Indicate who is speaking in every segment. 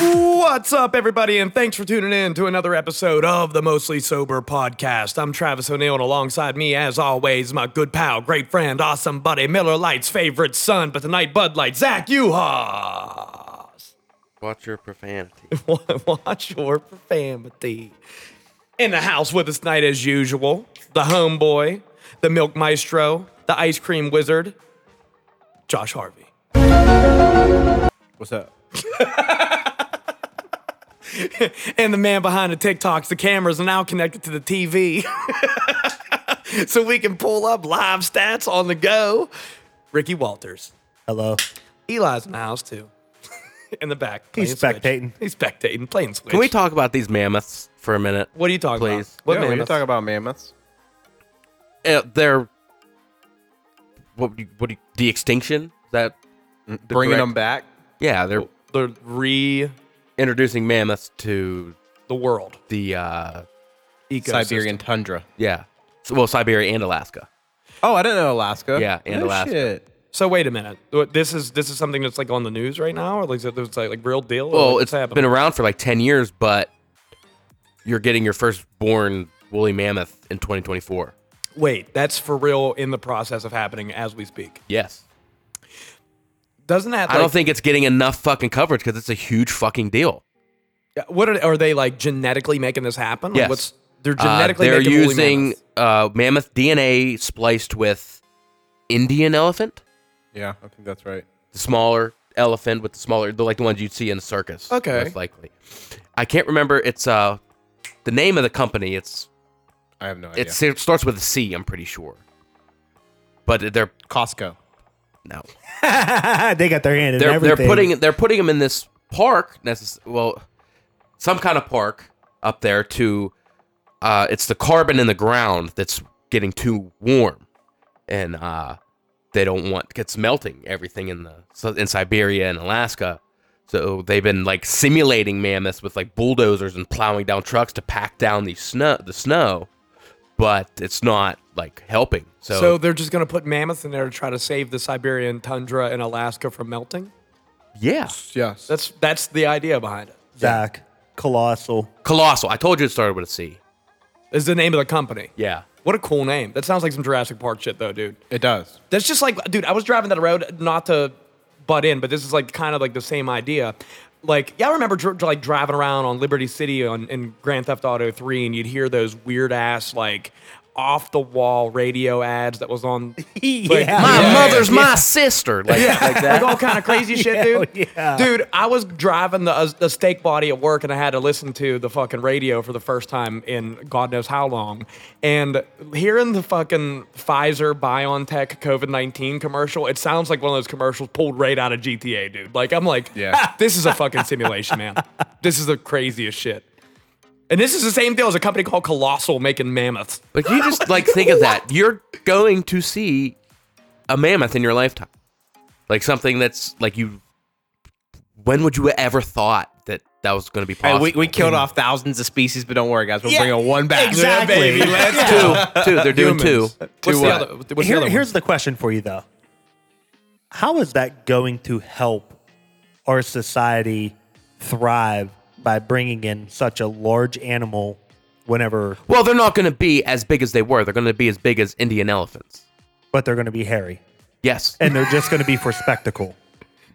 Speaker 1: What's up, everybody, and thanks for tuning in to another episode of the Mostly Sober Podcast. I'm Travis O'Neill, and alongside me, as always, my good pal, great friend, awesome buddy, Miller Light's favorite son, but tonight, Bud Light, Zach Uha.
Speaker 2: Watch your profanity.
Speaker 1: Watch your profanity. In the house with us tonight, as usual, the homeboy, the milk maestro, the ice cream wizard, Josh Harvey.
Speaker 3: What's up?
Speaker 1: And the man behind the TikToks, the cameras are now connected to the TV. so we can pull up live stats on the go. Ricky Walters.
Speaker 3: Hello.
Speaker 1: Eli's in the house too. in the back.
Speaker 3: He's
Speaker 1: playing Switch.
Speaker 3: spectating.
Speaker 1: He's spectating, playing Switch.
Speaker 2: Can we talk about these mammoths for a minute?
Speaker 1: What are you talking
Speaker 2: Please.
Speaker 1: about? What
Speaker 3: yeah,
Speaker 1: man?
Speaker 3: we can talk about mammoths.
Speaker 2: Uh, they're what? would you- What? do you- The extinction? Is That
Speaker 3: Bringing
Speaker 2: correct-
Speaker 3: them back.
Speaker 2: yeah, Mm, they're
Speaker 1: the re
Speaker 2: introducing mammoths to
Speaker 1: the world
Speaker 2: the uh
Speaker 1: ecosystem.
Speaker 3: Siberian tundra.
Speaker 2: yeah, S- well Siberia and Alaska.
Speaker 3: Oh, I didn't know Alaska.
Speaker 2: Yeah, and
Speaker 3: No
Speaker 2: Alaska.
Speaker 3: shit.
Speaker 1: So wait a minute. What- This is this is something that's like on the news right now, or like is it- it's like, like real deal. or
Speaker 2: Well,
Speaker 1: what's
Speaker 2: it's
Speaker 1: happening?
Speaker 2: been around for like ten years, but you're getting your first born woolly mammoth in 2024.
Speaker 1: Wait, that's for real in the process of happening as we speak.
Speaker 2: Yes.
Speaker 1: Doesn't that?
Speaker 2: I
Speaker 1: like-
Speaker 2: don't think it's getting enough fucking coverage because it's a huge fucking deal.
Speaker 1: Yeah, What are, are they like genetically making this happen? Like
Speaker 2: Yes.
Speaker 1: what's they're
Speaker 2: Uh,
Speaker 1: genetically
Speaker 2: they're
Speaker 1: making woolly
Speaker 2: using
Speaker 1: mammoths.
Speaker 2: uh, mammoth DNA spliced with Indian elephant,
Speaker 3: Yeah, I think that's right.
Speaker 2: the smaller elephant with the smaller, the, like the ones you'd see in a circus.
Speaker 1: Okay.
Speaker 2: most likely. I can't remember. It's uh, the name of the company. It's
Speaker 3: I have no idea.
Speaker 2: it's, it starts with a C. I'm pretty sure. But they're
Speaker 3: Costco.
Speaker 2: no.
Speaker 4: they got their hand in
Speaker 2: They're
Speaker 4: everything.
Speaker 2: they're putting they're putting them in this park. Necess- well, some kind of park up there to. Uh, it's the carbon in the ground that's getting too warm, and uh, they don't want it's melting everything in the so in Siberia and Alaska. So they've been like simulating mammoths with like bulldozers and plowing down trucks to pack down the snow the snow, but it's not like helping. So,
Speaker 1: So they're just gonna put mammoths in there to try to save the Siberian tundra and Alaska from melting.
Speaker 2: yeah,
Speaker 3: Yes.
Speaker 1: That's that's the idea behind it.
Speaker 4: Zach. Colossal.
Speaker 2: colossal. I told you it started with a C.
Speaker 1: Is the name of the company.
Speaker 2: Yeah.
Speaker 1: What a cool name. That sounds like some Jurassic Park shit though, dude.
Speaker 3: it does.
Speaker 1: That's just like, dude, I was driving that road, not to butt in, but this is like kind of like the same idea. Like, yeah, I remember dr- like driving around on Liberty City on, in Grand Theft Auto 3, and you'd hear those weird ass, like, off the wall radio ads that was on like,
Speaker 4: Yeah.
Speaker 2: my
Speaker 4: Yeah.
Speaker 2: mother's my sister. Like, like
Speaker 1: like
Speaker 2: that.
Speaker 1: all kind of crazy shit, dude.
Speaker 4: yeah.
Speaker 1: Dude, I was driving the, uh, the steak body at work, and I had to listen to the fucking radio for the first time in God knows how long. And hearing the fucking Pfizer BioNTech COVID nineteen commercial, it sounds like one of those commercials pulled right out of GTA, dude. Like I'm like,
Speaker 3: Yeah.
Speaker 1: this is a fucking simulation, man. This is the craziest shit. And this is the same deal as a company called Colossal making mammoths.
Speaker 2: But you just like think of that. You're going to see a mammoth in your lifetime, like something that's like you. When would you ever thought that that was going to be
Speaker 3: Hey,
Speaker 2: possible?
Speaker 3: we, we killed off thousands of species, but don't worry, guys. We're bringing one back.
Speaker 4: Exactly.
Speaker 1: baby, let's
Speaker 2: two. Two. They're doing
Speaker 1: Humans.
Speaker 2: two.
Speaker 1: What's the
Speaker 3: what?
Speaker 1: other? What's
Speaker 4: Here-
Speaker 1: the other one?
Speaker 4: here's the question for you, though. How is that going to help our society thrive by bringing in such a large animal whenever,
Speaker 2: Well, they're not going to be as big as they were. They're going to be as big as Indian elephants.
Speaker 4: but they're going to be hairy
Speaker 2: Yes.
Speaker 4: and they're just going to be for spectacle?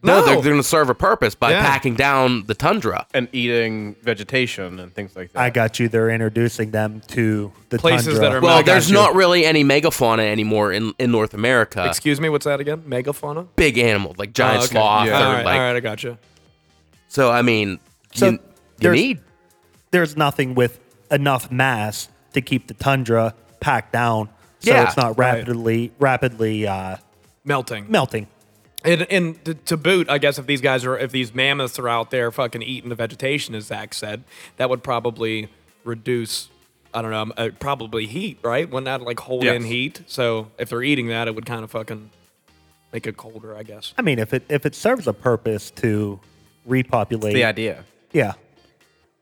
Speaker 2: No,
Speaker 1: No.
Speaker 2: they're, they're going to serve a purpose by
Speaker 1: Yeah.
Speaker 2: packing down the tundra.
Speaker 3: And eating vegetation and things like that.
Speaker 4: I got you. They're introducing them to the
Speaker 1: Places
Speaker 4: tundra.
Speaker 1: that are- I
Speaker 2: Well,
Speaker 1: got
Speaker 2: there's
Speaker 1: you.
Speaker 2: not really any megafauna anymore in, in North America.
Speaker 1: Excuse me, what's that again? Megafauna?
Speaker 2: big animal, like giant
Speaker 1: Oh, okay.
Speaker 2: sloth.
Speaker 3: Yeah.
Speaker 2: Or,
Speaker 1: All right,
Speaker 2: like,
Speaker 1: all right, I gotcha.
Speaker 2: So I mean,
Speaker 4: So
Speaker 2: you, you
Speaker 4: there's-
Speaker 2: need
Speaker 4: there's nothing with enough mass to keep the tundra packed down, so
Speaker 2: Yeah,
Speaker 4: it's not rapidly rapidly uh,
Speaker 1: Melting.
Speaker 4: melting.
Speaker 1: And, and to, to boot, I guess if these guys are, if these mammoths are out there fucking eating the vegetation, as Zach said, that would probably reduce. I don't know. um, Uh, probably heat, right? Wouldn't that like hold in
Speaker 2: Yes.
Speaker 1: heat? So if they're eating that, it would kind of fucking make it colder, I guess.
Speaker 4: I mean, if it if it serves a purpose to repopulate,
Speaker 3: the idea.
Speaker 4: yeah,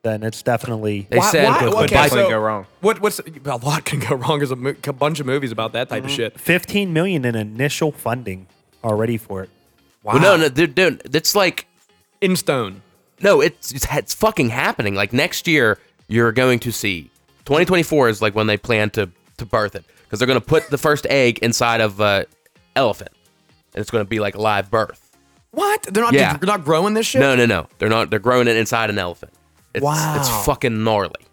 Speaker 4: then it's definitely
Speaker 2: They said
Speaker 3: why-
Speaker 2: with-
Speaker 3: okay,
Speaker 2: with-
Speaker 3: so- can go wrong?
Speaker 1: What? What's a lot can go wrong? Is a, mo- a bunch of movies about that type of shit.
Speaker 4: fifteen million in initial funding already for it.
Speaker 2: Well, no, no, they're doing. It's like
Speaker 1: In stone.
Speaker 2: no, it's, it's it's fucking happening. Like next year, you're going to see 2024 is like when they plan to to birth it because they're going to put the first egg inside of uh, elephant, and it's going to be like live birth.
Speaker 1: What? They're not.
Speaker 2: Yeah.
Speaker 1: They're not growing this shit.
Speaker 2: No, no, no, they're not. They're growing it inside an elephant. It's, It's
Speaker 1: Wow.
Speaker 2: fucking gnarly.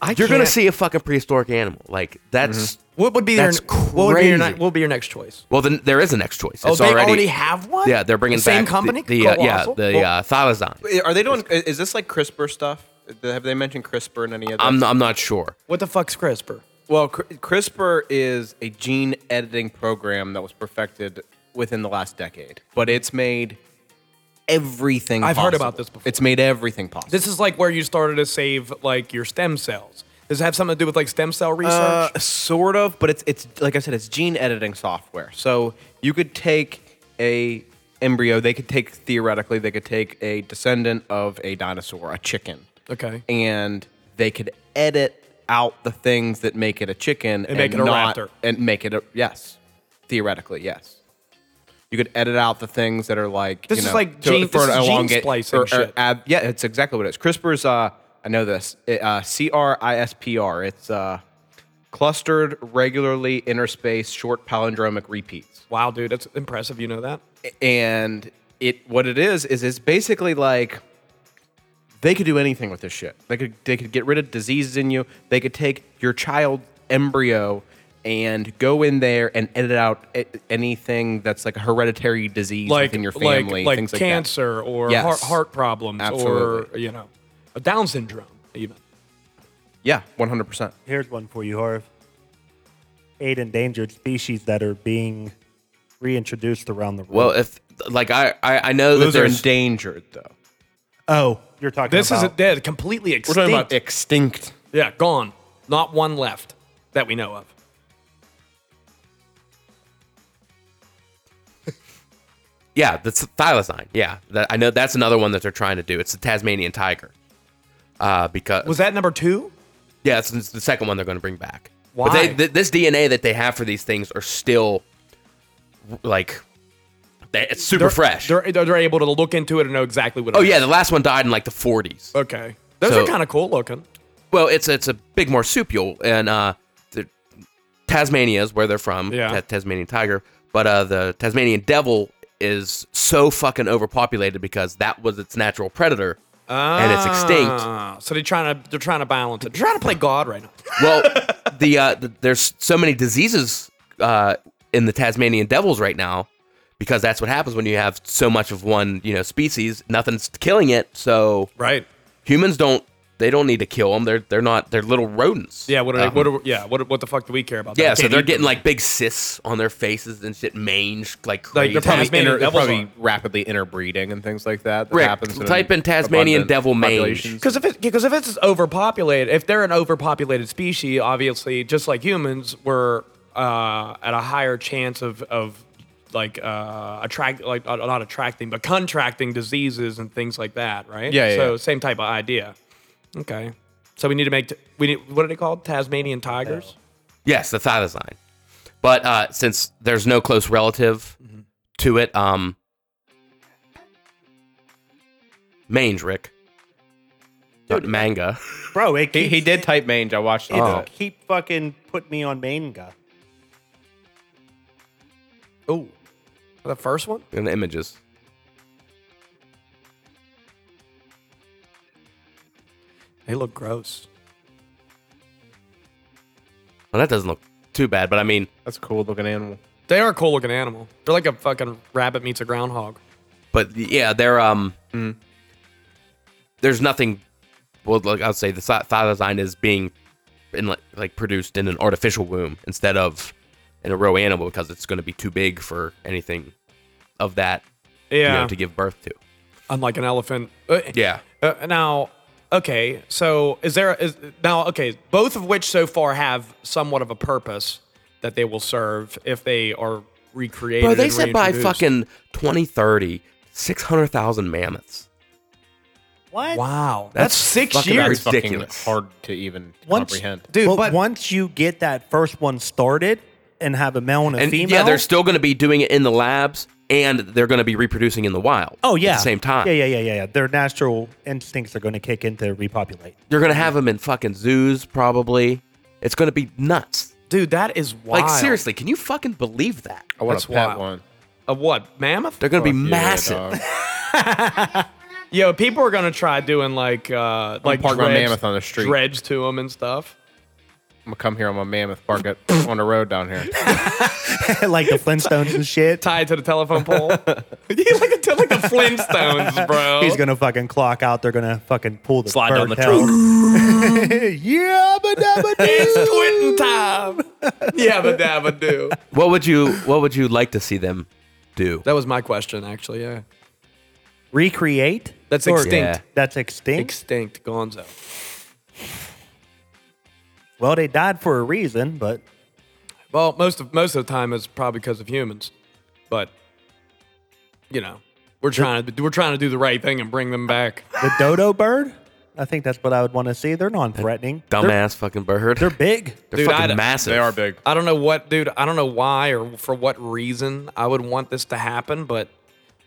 Speaker 1: I
Speaker 2: You're going to
Speaker 1: can't- Mm-hmm.
Speaker 2: see a fucking prehistoric animal. Like that's
Speaker 1: What would be
Speaker 2: That's
Speaker 1: their? What would be your,
Speaker 2: crazy.
Speaker 1: ne- what would be your next choice?
Speaker 2: well, then there is a next choice.
Speaker 1: Oh,
Speaker 2: It's
Speaker 1: they
Speaker 2: already,
Speaker 1: already, have one.
Speaker 2: yeah. They're bringing
Speaker 1: the same
Speaker 2: back
Speaker 1: company.
Speaker 2: the, the uh, yeah
Speaker 1: Colossal?
Speaker 2: the
Speaker 1: Well,
Speaker 2: uh, thylazine.
Speaker 3: Are they doing? Is this like CRISPR stuff? Have they mentioned CRISPR in any of?
Speaker 2: I'm
Speaker 3: this?
Speaker 2: I'm not sure.
Speaker 1: what the fuck's CRISPR?
Speaker 3: Well, cr- CRISPR is a gene editing program that was perfected within the last decade, but it's made everything.
Speaker 1: I've heard
Speaker 3: possible.
Speaker 1: about this before.
Speaker 3: It's made everything possible.
Speaker 1: This is like where you started to save like your stem cells. Does it have something to do with like stem cell research?
Speaker 3: Uh, sort of, but it's it's like I said, it's gene editing software. So you could take a embryo. They could take theoretically, they could take a descendant of a dinosaur, a chicken.
Speaker 1: Okay.
Speaker 3: And they could edit out the things that make it a chicken and,
Speaker 1: make it a
Speaker 3: not-
Speaker 1: raptor.
Speaker 3: and make it a yes, theoretically yes. You could edit out the things that are like
Speaker 1: This
Speaker 3: you
Speaker 1: is
Speaker 3: know,
Speaker 1: like
Speaker 3: to-
Speaker 1: gene-
Speaker 3: for
Speaker 1: this
Speaker 3: an
Speaker 1: is gene
Speaker 3: elongate-
Speaker 1: splicing
Speaker 3: or- or
Speaker 1: shit.
Speaker 3: ab- yeah, it's exactly what it is. CRISPR's uh I know this. It, uh C R I S P R. It's uh clustered regularly interspaced short palindromic repeats.
Speaker 1: wow, dude, that's impressive. You know that?
Speaker 3: And it what it is is it's basically like they could do anything with this shit. They could they could get rid of diseases in you. They could take your child embryo and go in there and edit out a- anything that's like a hereditary disease
Speaker 1: Like
Speaker 3: within your
Speaker 1: like-
Speaker 3: family,
Speaker 1: like,
Speaker 3: things like that.
Speaker 1: cancer or
Speaker 3: Yes.
Speaker 1: heart, heart problems or
Speaker 3: Absolutely.
Speaker 1: you know, a Down syndrome even.
Speaker 3: Yeah, one hundred percent.
Speaker 4: Here's one for you, Harv. Eight endangered species that are being reintroduced around the world.
Speaker 2: Well, if like I I, I know that
Speaker 3: Those are
Speaker 2: there's
Speaker 3: endangered though.
Speaker 4: oh, you're talking.
Speaker 1: This is
Speaker 4: about,
Speaker 1: a dead, completely extinct.
Speaker 3: extinct.
Speaker 1: yeah, gone. Not one left that we know of.
Speaker 2: Yeah, that's thylacine. Yeah, that, I know that's another one that they're trying to do. It's the Tasmanian tiger. Uh, because
Speaker 1: Was that number two?
Speaker 2: yeah, it's, it's the second one they're going to bring back. But
Speaker 1: Why?
Speaker 2: they, th- this DNA that they have for these things are still like they, it's super fresh.
Speaker 1: They're, they're they're able to look into it and know exactly what. It
Speaker 2: oh yeah,
Speaker 1: is.
Speaker 2: the last one died in like the 40s.
Speaker 1: Okay. Those
Speaker 2: So-
Speaker 1: are kind of cool looking.
Speaker 2: Well, it's it's a big marsupial, and uh, the, Tasmania is where they're from.
Speaker 1: Yeah.
Speaker 2: Ta- Tasmanian tiger, but uh, the Tasmanian devil is so fucking overpopulated because that was its natural predator, and it's extinct.
Speaker 1: Ah, so they're trying to they're trying to balance it. They're trying to play God right now.
Speaker 2: Well, the, uh, the there's so many diseases uh, in the Tasmanian devils right now because that's what happens when you have so much of one you know species. Nothing's killing it, so
Speaker 1: Right.
Speaker 2: humans don't. They don't need to kill them. They're they're not. They're little rodents.
Speaker 1: Yeah. What are
Speaker 2: Um,
Speaker 1: they? What are, yeah. What what the fuck do we care about?
Speaker 2: Yeah,
Speaker 1: They
Speaker 2: so
Speaker 1: can't
Speaker 2: they're
Speaker 1: eat
Speaker 2: getting
Speaker 1: them.
Speaker 2: like big cysts on their faces and shit, mange
Speaker 1: Like,
Speaker 2: like crazy.
Speaker 1: they're probably Tasmanian
Speaker 3: Inter, they're
Speaker 1: devils
Speaker 3: probably
Speaker 1: are-
Speaker 3: rapidly interbreeding and things like that. that
Speaker 2: Rick,
Speaker 3: happens
Speaker 2: type in Tasmanian
Speaker 3: abundant
Speaker 2: devil mange.
Speaker 3: populations.
Speaker 1: Because if it, because if it's overpopulated, if they're an overpopulated species, obviously, just like humans, we're uh, at a higher chance of of like uh, attract like uh, not attracting but contracting diseases and things like that, right?
Speaker 3: Yeah, yeah,
Speaker 1: So
Speaker 3: yeah.
Speaker 1: same type of idea. Okay. So we need to make t- we need what are they called? Tasmanian tigers.
Speaker 2: yes, the thylacine. But uh, since there's no close relative
Speaker 1: Mm-hmm.
Speaker 2: to it, um, mange, Rick, not manga.
Speaker 4: bro. It
Speaker 3: He,
Speaker 4: keeps,
Speaker 3: he did type mange. I watched
Speaker 2: Oh.
Speaker 4: It
Speaker 3: it.
Speaker 4: keep fucking put me on manga.
Speaker 1: Oh, the first one.
Speaker 2: in the images.
Speaker 1: They look gross.
Speaker 2: Well, that doesn't look too bad, but I mean,
Speaker 3: That's a cool looking animal.
Speaker 1: They are a cool looking animal. They're like a fucking rabbit meets a groundhog.
Speaker 2: but yeah, they're um,
Speaker 4: Mm.
Speaker 2: there's nothing. Well, like I would say, the thy- thylacine is being in like, like produced in an artificial womb instead of in a row animal because it's going to be too big for anything of that
Speaker 1: Yeah.
Speaker 2: you know, to give birth to.
Speaker 1: Unlike an elephant. Uh,
Speaker 2: Yeah,
Speaker 1: Uh, now, okay, so is there is now okay, both of which so far have somewhat of a purpose that they will serve if they are recreated.
Speaker 2: Bro, they
Speaker 1: and
Speaker 2: said by
Speaker 1: reintroduced.
Speaker 2: fucking 2030, 600,000 mammoths.
Speaker 4: What?
Speaker 1: wow. That's, six
Speaker 2: fucking
Speaker 1: years.
Speaker 2: That's ridiculous.
Speaker 3: Fucking hard to even
Speaker 4: Once,
Speaker 3: comprehend.
Speaker 1: Dude,
Speaker 4: well,
Speaker 1: but-
Speaker 4: once you get that first one started and have a male and a
Speaker 2: And
Speaker 4: female,
Speaker 2: yeah, they're still going to be doing it in the labs and they're going to be reproducing in the wild.
Speaker 4: oh yeah,
Speaker 2: At the same time.
Speaker 4: yeah, yeah, yeah, yeah, yeah. Their natural instincts are going to kick in to repopulate.
Speaker 2: You're going to have them in fucking zoos probably. It's going to be nuts.
Speaker 1: Dude, that is wild.
Speaker 2: Like seriously, can you fucking believe that?
Speaker 3: I want
Speaker 1: That's
Speaker 3: to pet
Speaker 1: wild.
Speaker 3: one.
Speaker 1: A what? Mammoth?
Speaker 2: Oh, They're going to be
Speaker 3: Yeah,
Speaker 2: massive.
Speaker 3: dog.
Speaker 1: Yo, people are gonna try doing like uh like
Speaker 3: park my
Speaker 1: dredge-
Speaker 3: mammoth on the street.
Speaker 1: dredge to them and stuff.
Speaker 3: I'm gonna come here on my mammoth bark at, on the road down here.
Speaker 4: like the Flintstones and shit.
Speaker 1: Tied to the telephone pole. He's like, a, like the Flintstones, bro.
Speaker 4: He's gonna fucking clock out. They're gonna fucking pull the
Speaker 5: Slide down
Speaker 4: bird
Speaker 5: the
Speaker 4: tail. yeah, but
Speaker 1: It's twin time. Yabba dabba do.
Speaker 2: What would you what would you like to see them do?
Speaker 1: That was my question, actually. Yeah.
Speaker 4: recreate.
Speaker 1: That's
Speaker 4: Or-
Speaker 1: extinct.
Speaker 2: Yeah.
Speaker 4: That's extinct.
Speaker 1: Extinct Gonzo.
Speaker 4: well, they died for a reason, but
Speaker 1: Well, most of most of the time it's probably because of humans, but you know, we're trying to we're trying to do the right thing and bring them back.
Speaker 4: the dodo bird. I think that's what I would want to see. They're non-threatening. They're,
Speaker 2: Dumbass fucking bird.
Speaker 4: they're big.
Speaker 2: They're
Speaker 1: Dude,
Speaker 2: fucking
Speaker 1: I'd-
Speaker 2: massive.
Speaker 3: they are big.
Speaker 1: I don't know what, dude. I don't know why or for what reason I would want this to happen, but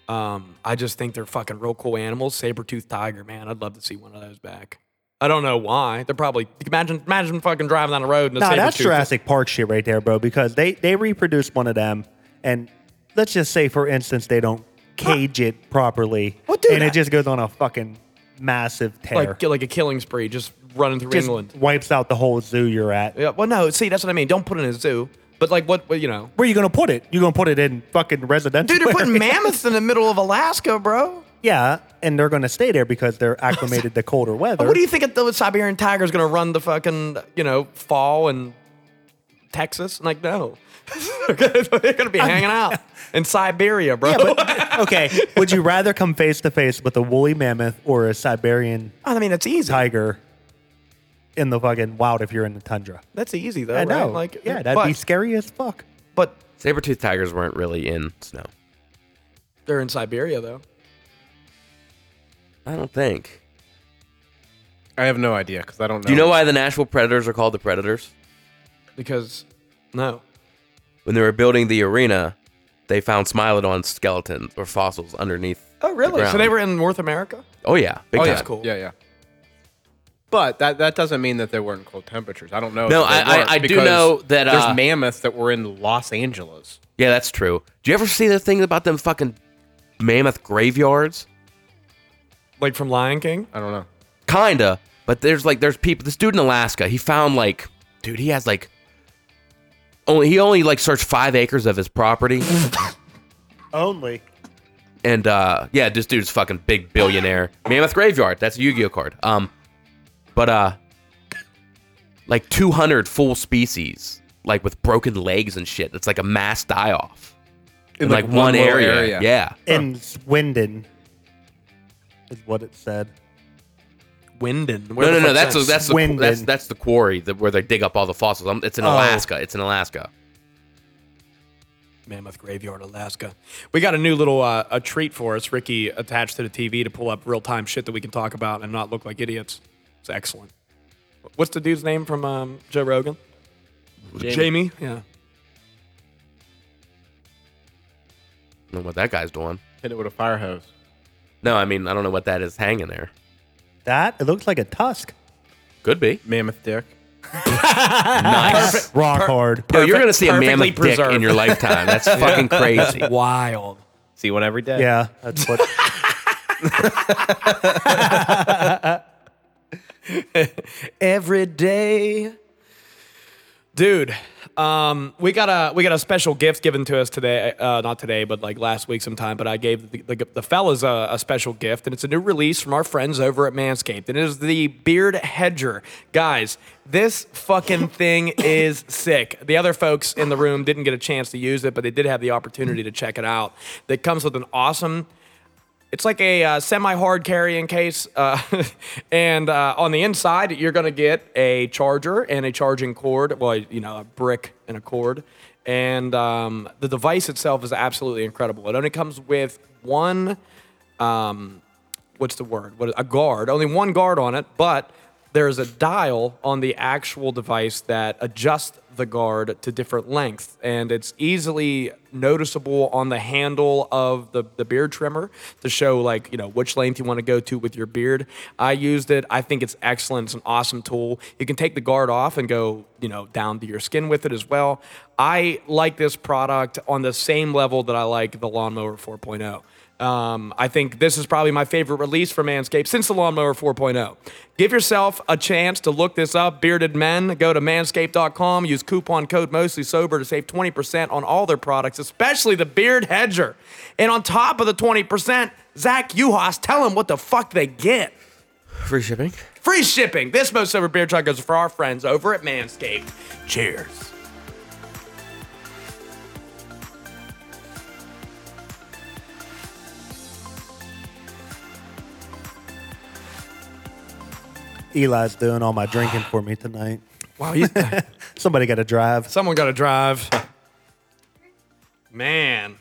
Speaker 1: um, I just think they're fucking real cool animals. Saber-toothed tiger, man. I'd love to see one of those back. I don't know why. They're probably imagine imagine fucking driving down the road and a
Speaker 4: Nah, that's
Speaker 1: saber-toothed-
Speaker 4: Jurassic Park shit right there, bro. Because they they reproduce one of them, and let's just say, for instance, they don't cage it properly,
Speaker 1: Well, dude,
Speaker 4: and
Speaker 1: I-
Speaker 4: it just goes on a fucking massive tear.
Speaker 1: like like a killing spree, just running through
Speaker 4: just
Speaker 1: England.
Speaker 4: wipes out the whole zoo you're at.
Speaker 1: Yeah. Well, no. See, that's what I mean. Don't put it in a zoo. But like, what? what you know,
Speaker 4: Where you gonna put it? You gonna put it in fucking residential?
Speaker 1: dude, they're putting
Speaker 4: area?
Speaker 1: mammoths in the middle of Alaska, bro.
Speaker 4: Yeah, and they're gonna stay there because they're acclimated to colder weather.
Speaker 1: What do you think the Siberian tiger is going to run the fucking you know fall in Texas? Like, no, they're going to be hanging out in Siberia, bro.
Speaker 4: yeah, but okay. Would you rather come face to face with a woolly mammoth or a Siberian
Speaker 1: I mean, that's easy.
Speaker 4: tiger in the fucking wild if you're in the tundra?
Speaker 1: That's easy though.
Speaker 4: I
Speaker 1: right?
Speaker 4: know.
Speaker 1: Like,
Speaker 4: yeah, that'd
Speaker 1: but,
Speaker 4: be scary as fuck.
Speaker 1: But
Speaker 2: Saber-toothed tigers weren't really in snow.
Speaker 1: they're in Siberia though.
Speaker 2: I don't think.
Speaker 3: I have no idea because I don't know.
Speaker 2: Do you know why the Nashville Predators are called the Predators?
Speaker 1: Because no,
Speaker 2: When they were building the arena, they found Smilodon skeletons or fossils underneath.
Speaker 1: oh really? so
Speaker 2: ground.
Speaker 1: they were in North America.
Speaker 2: Oh yeah, big
Speaker 1: Oh,
Speaker 2: time.
Speaker 1: that's cool.
Speaker 3: Yeah, yeah. But that that doesn't mean that they weren't cold temperatures. I don't know.
Speaker 2: No,
Speaker 3: if they
Speaker 2: I- I-
Speaker 3: weren't,
Speaker 2: I do
Speaker 3: because
Speaker 2: know that, uh,
Speaker 3: there's mammoths that were in Los Angeles.
Speaker 2: Yeah, that's true. Do you ever see the thing about them fucking mammoth graveyards?
Speaker 1: Like from Lion King.
Speaker 3: I don't know.
Speaker 2: Kinda, but there's like there's people. This dude in Alaska, he found like, dude, he has like only he only like searched five acres of his property,
Speaker 4: Only.
Speaker 2: and uh yeah, this dude's fucking big billionaire. Mammoth graveyard. That's a Yu-Gi-Oh card. Um, but uh, like 200 full species, like with broken legs and shit. It's like a mass die off in, like, one,
Speaker 3: little
Speaker 2: area. Yeah.
Speaker 4: In Swindon is what it said.
Speaker 1: Winden.
Speaker 2: No, no, no. That's a, that's the,
Speaker 4: Swindon.
Speaker 2: that's that's the quarry that, where they dig up all the fossils. Um, It's in
Speaker 4: Oh.
Speaker 2: Alaska. It's in Alaska.
Speaker 1: Mammoth Graveyard, Alaska. We got a new little uh, a treat for us. Ricky attached to the TV to pull up real time shit that we can talk about and not look like idiots. It's excellent. What's the dude's name from um, Joe Rogan? Jamie. Yeah.
Speaker 2: I don't know what that guy's doing.
Speaker 3: Hit it with a fire hose.
Speaker 2: No, I mean I don't know what that is hanging there.
Speaker 4: That it looks like a tusk.
Speaker 2: Could be.
Speaker 3: Mammoth dick.
Speaker 2: Nice.
Speaker 4: Rock hard.
Speaker 2: Yo, you're
Speaker 1: Perfect-
Speaker 2: gonna see a
Speaker 1: perfectly
Speaker 2: mammoth dick
Speaker 1: preserved.
Speaker 2: in your lifetime. That's fucking crazy.
Speaker 1: Wild.
Speaker 5: See one every day.
Speaker 4: Yeah, that's what.
Speaker 1: Every day. Dude, um, we got a we got a special gift given to us today. Uh, not today, but like last week sometime. But I gave the, the, the fellas a, a special gift, and it's a new release from our friends over at Manscaped, and it is the Beard Hedger. Guys, this fucking thing is sick. The other folks in the room didn't get a chance to use it, but they did have the opportunity to check it out. That comes with an awesome It's like a uh, semi-hard carrying case, uh, and uh, on the inside you're gonna get a charger and a charging cord. Well, you know, a brick and a cord, and um, the device itself is absolutely incredible. It only comes with one um, what's the word? What a guard. Only one guard on it, but there's a dial on the actual device that adjusts the guard to different length, and it's easily noticeable on the handle of the, the beard trimmer to show like you know which length you want to go to with your beard. I used it. I think it's excellent. It's an awesome tool. You can take the guard off and go you know down to your skin with it as well. I like this product on the same level that I like the lawnmower 4.0. Um, I think this is probably my favorite release for Manscaped since the Lawnmower 4.0. Give yourself a chance to look this up. Bearded men, go to manscaped.com, use coupon code mostly sober to save 20% on all their products, especially the beard hedger. And on top of the 20%, Zach Uhas, tell them what the fuck they get.
Speaker 2: Free shipping.
Speaker 1: Free shipping. This most sober beard truck goes for our friends over at Manscaped. Cheers.
Speaker 4: Eli's doing all my drinking for me tonight.
Speaker 1: Wow, you,
Speaker 4: Somebody got to drive.
Speaker 1: Someone got to drive. Man.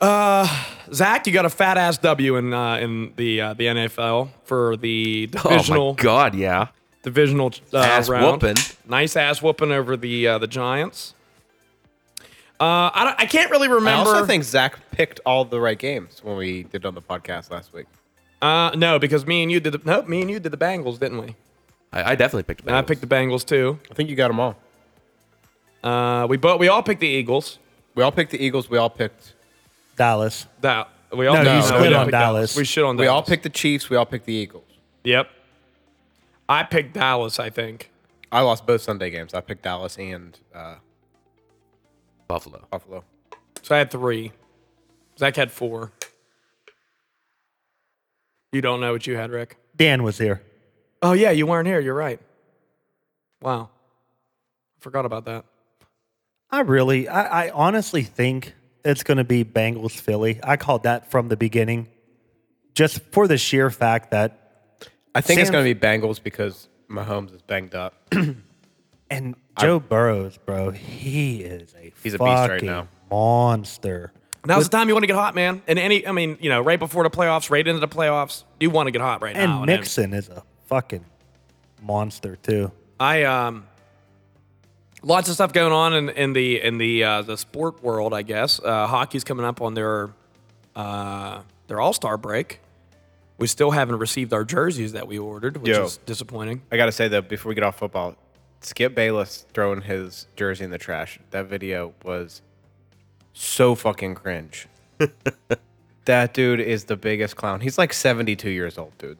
Speaker 1: Uh, Zach, you got a fat ass W in uh, in the uh, the NFL for the
Speaker 2: Oh
Speaker 1: divisional
Speaker 2: my god, yeah.
Speaker 1: divisional uh,
Speaker 2: Ass
Speaker 1: round.
Speaker 2: whooping.
Speaker 1: Nice ass whooping over the uh, the Giants. Uh, I, don't, I can't really
Speaker 3: I
Speaker 1: remember.
Speaker 3: also think Zach picked all the right games when we did on the podcast last week.
Speaker 1: uh, no, because me and you did the nope, me and you did the Bengals, didn't we?
Speaker 2: I, I definitely picked.
Speaker 1: And I picked the Bengals too.
Speaker 3: I think you got them all.
Speaker 1: Uh, we both we all picked the Eagles.
Speaker 3: We all picked the Eagles. We all picked.
Speaker 4: Dallas.
Speaker 1: That we all
Speaker 4: No,
Speaker 3: you split
Speaker 1: we didn't
Speaker 3: on
Speaker 1: pick
Speaker 4: Dallas.
Speaker 1: We shit on
Speaker 3: We all
Speaker 1: Dallas.
Speaker 3: picked the Chiefs. We all picked the Eagles.
Speaker 1: Yep. I picked Dallas, I think.
Speaker 3: I lost both Sunday games. I picked Dallas and uh,
Speaker 2: Buffalo.
Speaker 3: Buffalo.
Speaker 1: So I had three. Zach had four. You don't know what you had, Rick.
Speaker 4: Dan was here.
Speaker 1: Oh, yeah, you weren't here. You're right. Wow. Forgot about that.
Speaker 4: I really, I, I honestly think it's going to be Bengals Philly. I called that from the beginning, just for the sheer fact that,
Speaker 3: I think it's
Speaker 4: Sam-
Speaker 3: going to be Bengals because Mahomes is banged up.
Speaker 4: and Joe Burrows, bro, he is a
Speaker 3: He's a beast right
Speaker 4: fucking
Speaker 3: now.
Speaker 4: monster.
Speaker 1: Now's the time you want to get hot, man. And any, I mean, you know, right before the playoffs, right into the playoffs, you want to get hot right
Speaker 4: And
Speaker 1: now. then-
Speaker 4: Mixon is a fucking monster too.
Speaker 1: I um lots of stuff going on in, in the in the uh, the sport world, I guess. Uh, hockey's coming up on their uh, their All Star break. We still haven't received our jerseys that we ordered, which
Speaker 3: Yo.
Speaker 1: is disappointing.
Speaker 3: I got to say though, before we get off football, Skip Bayless throwing his jersey in the trash. That video was so fucking cringe. that dude is the biggest clown. He's like 72 years old, dude.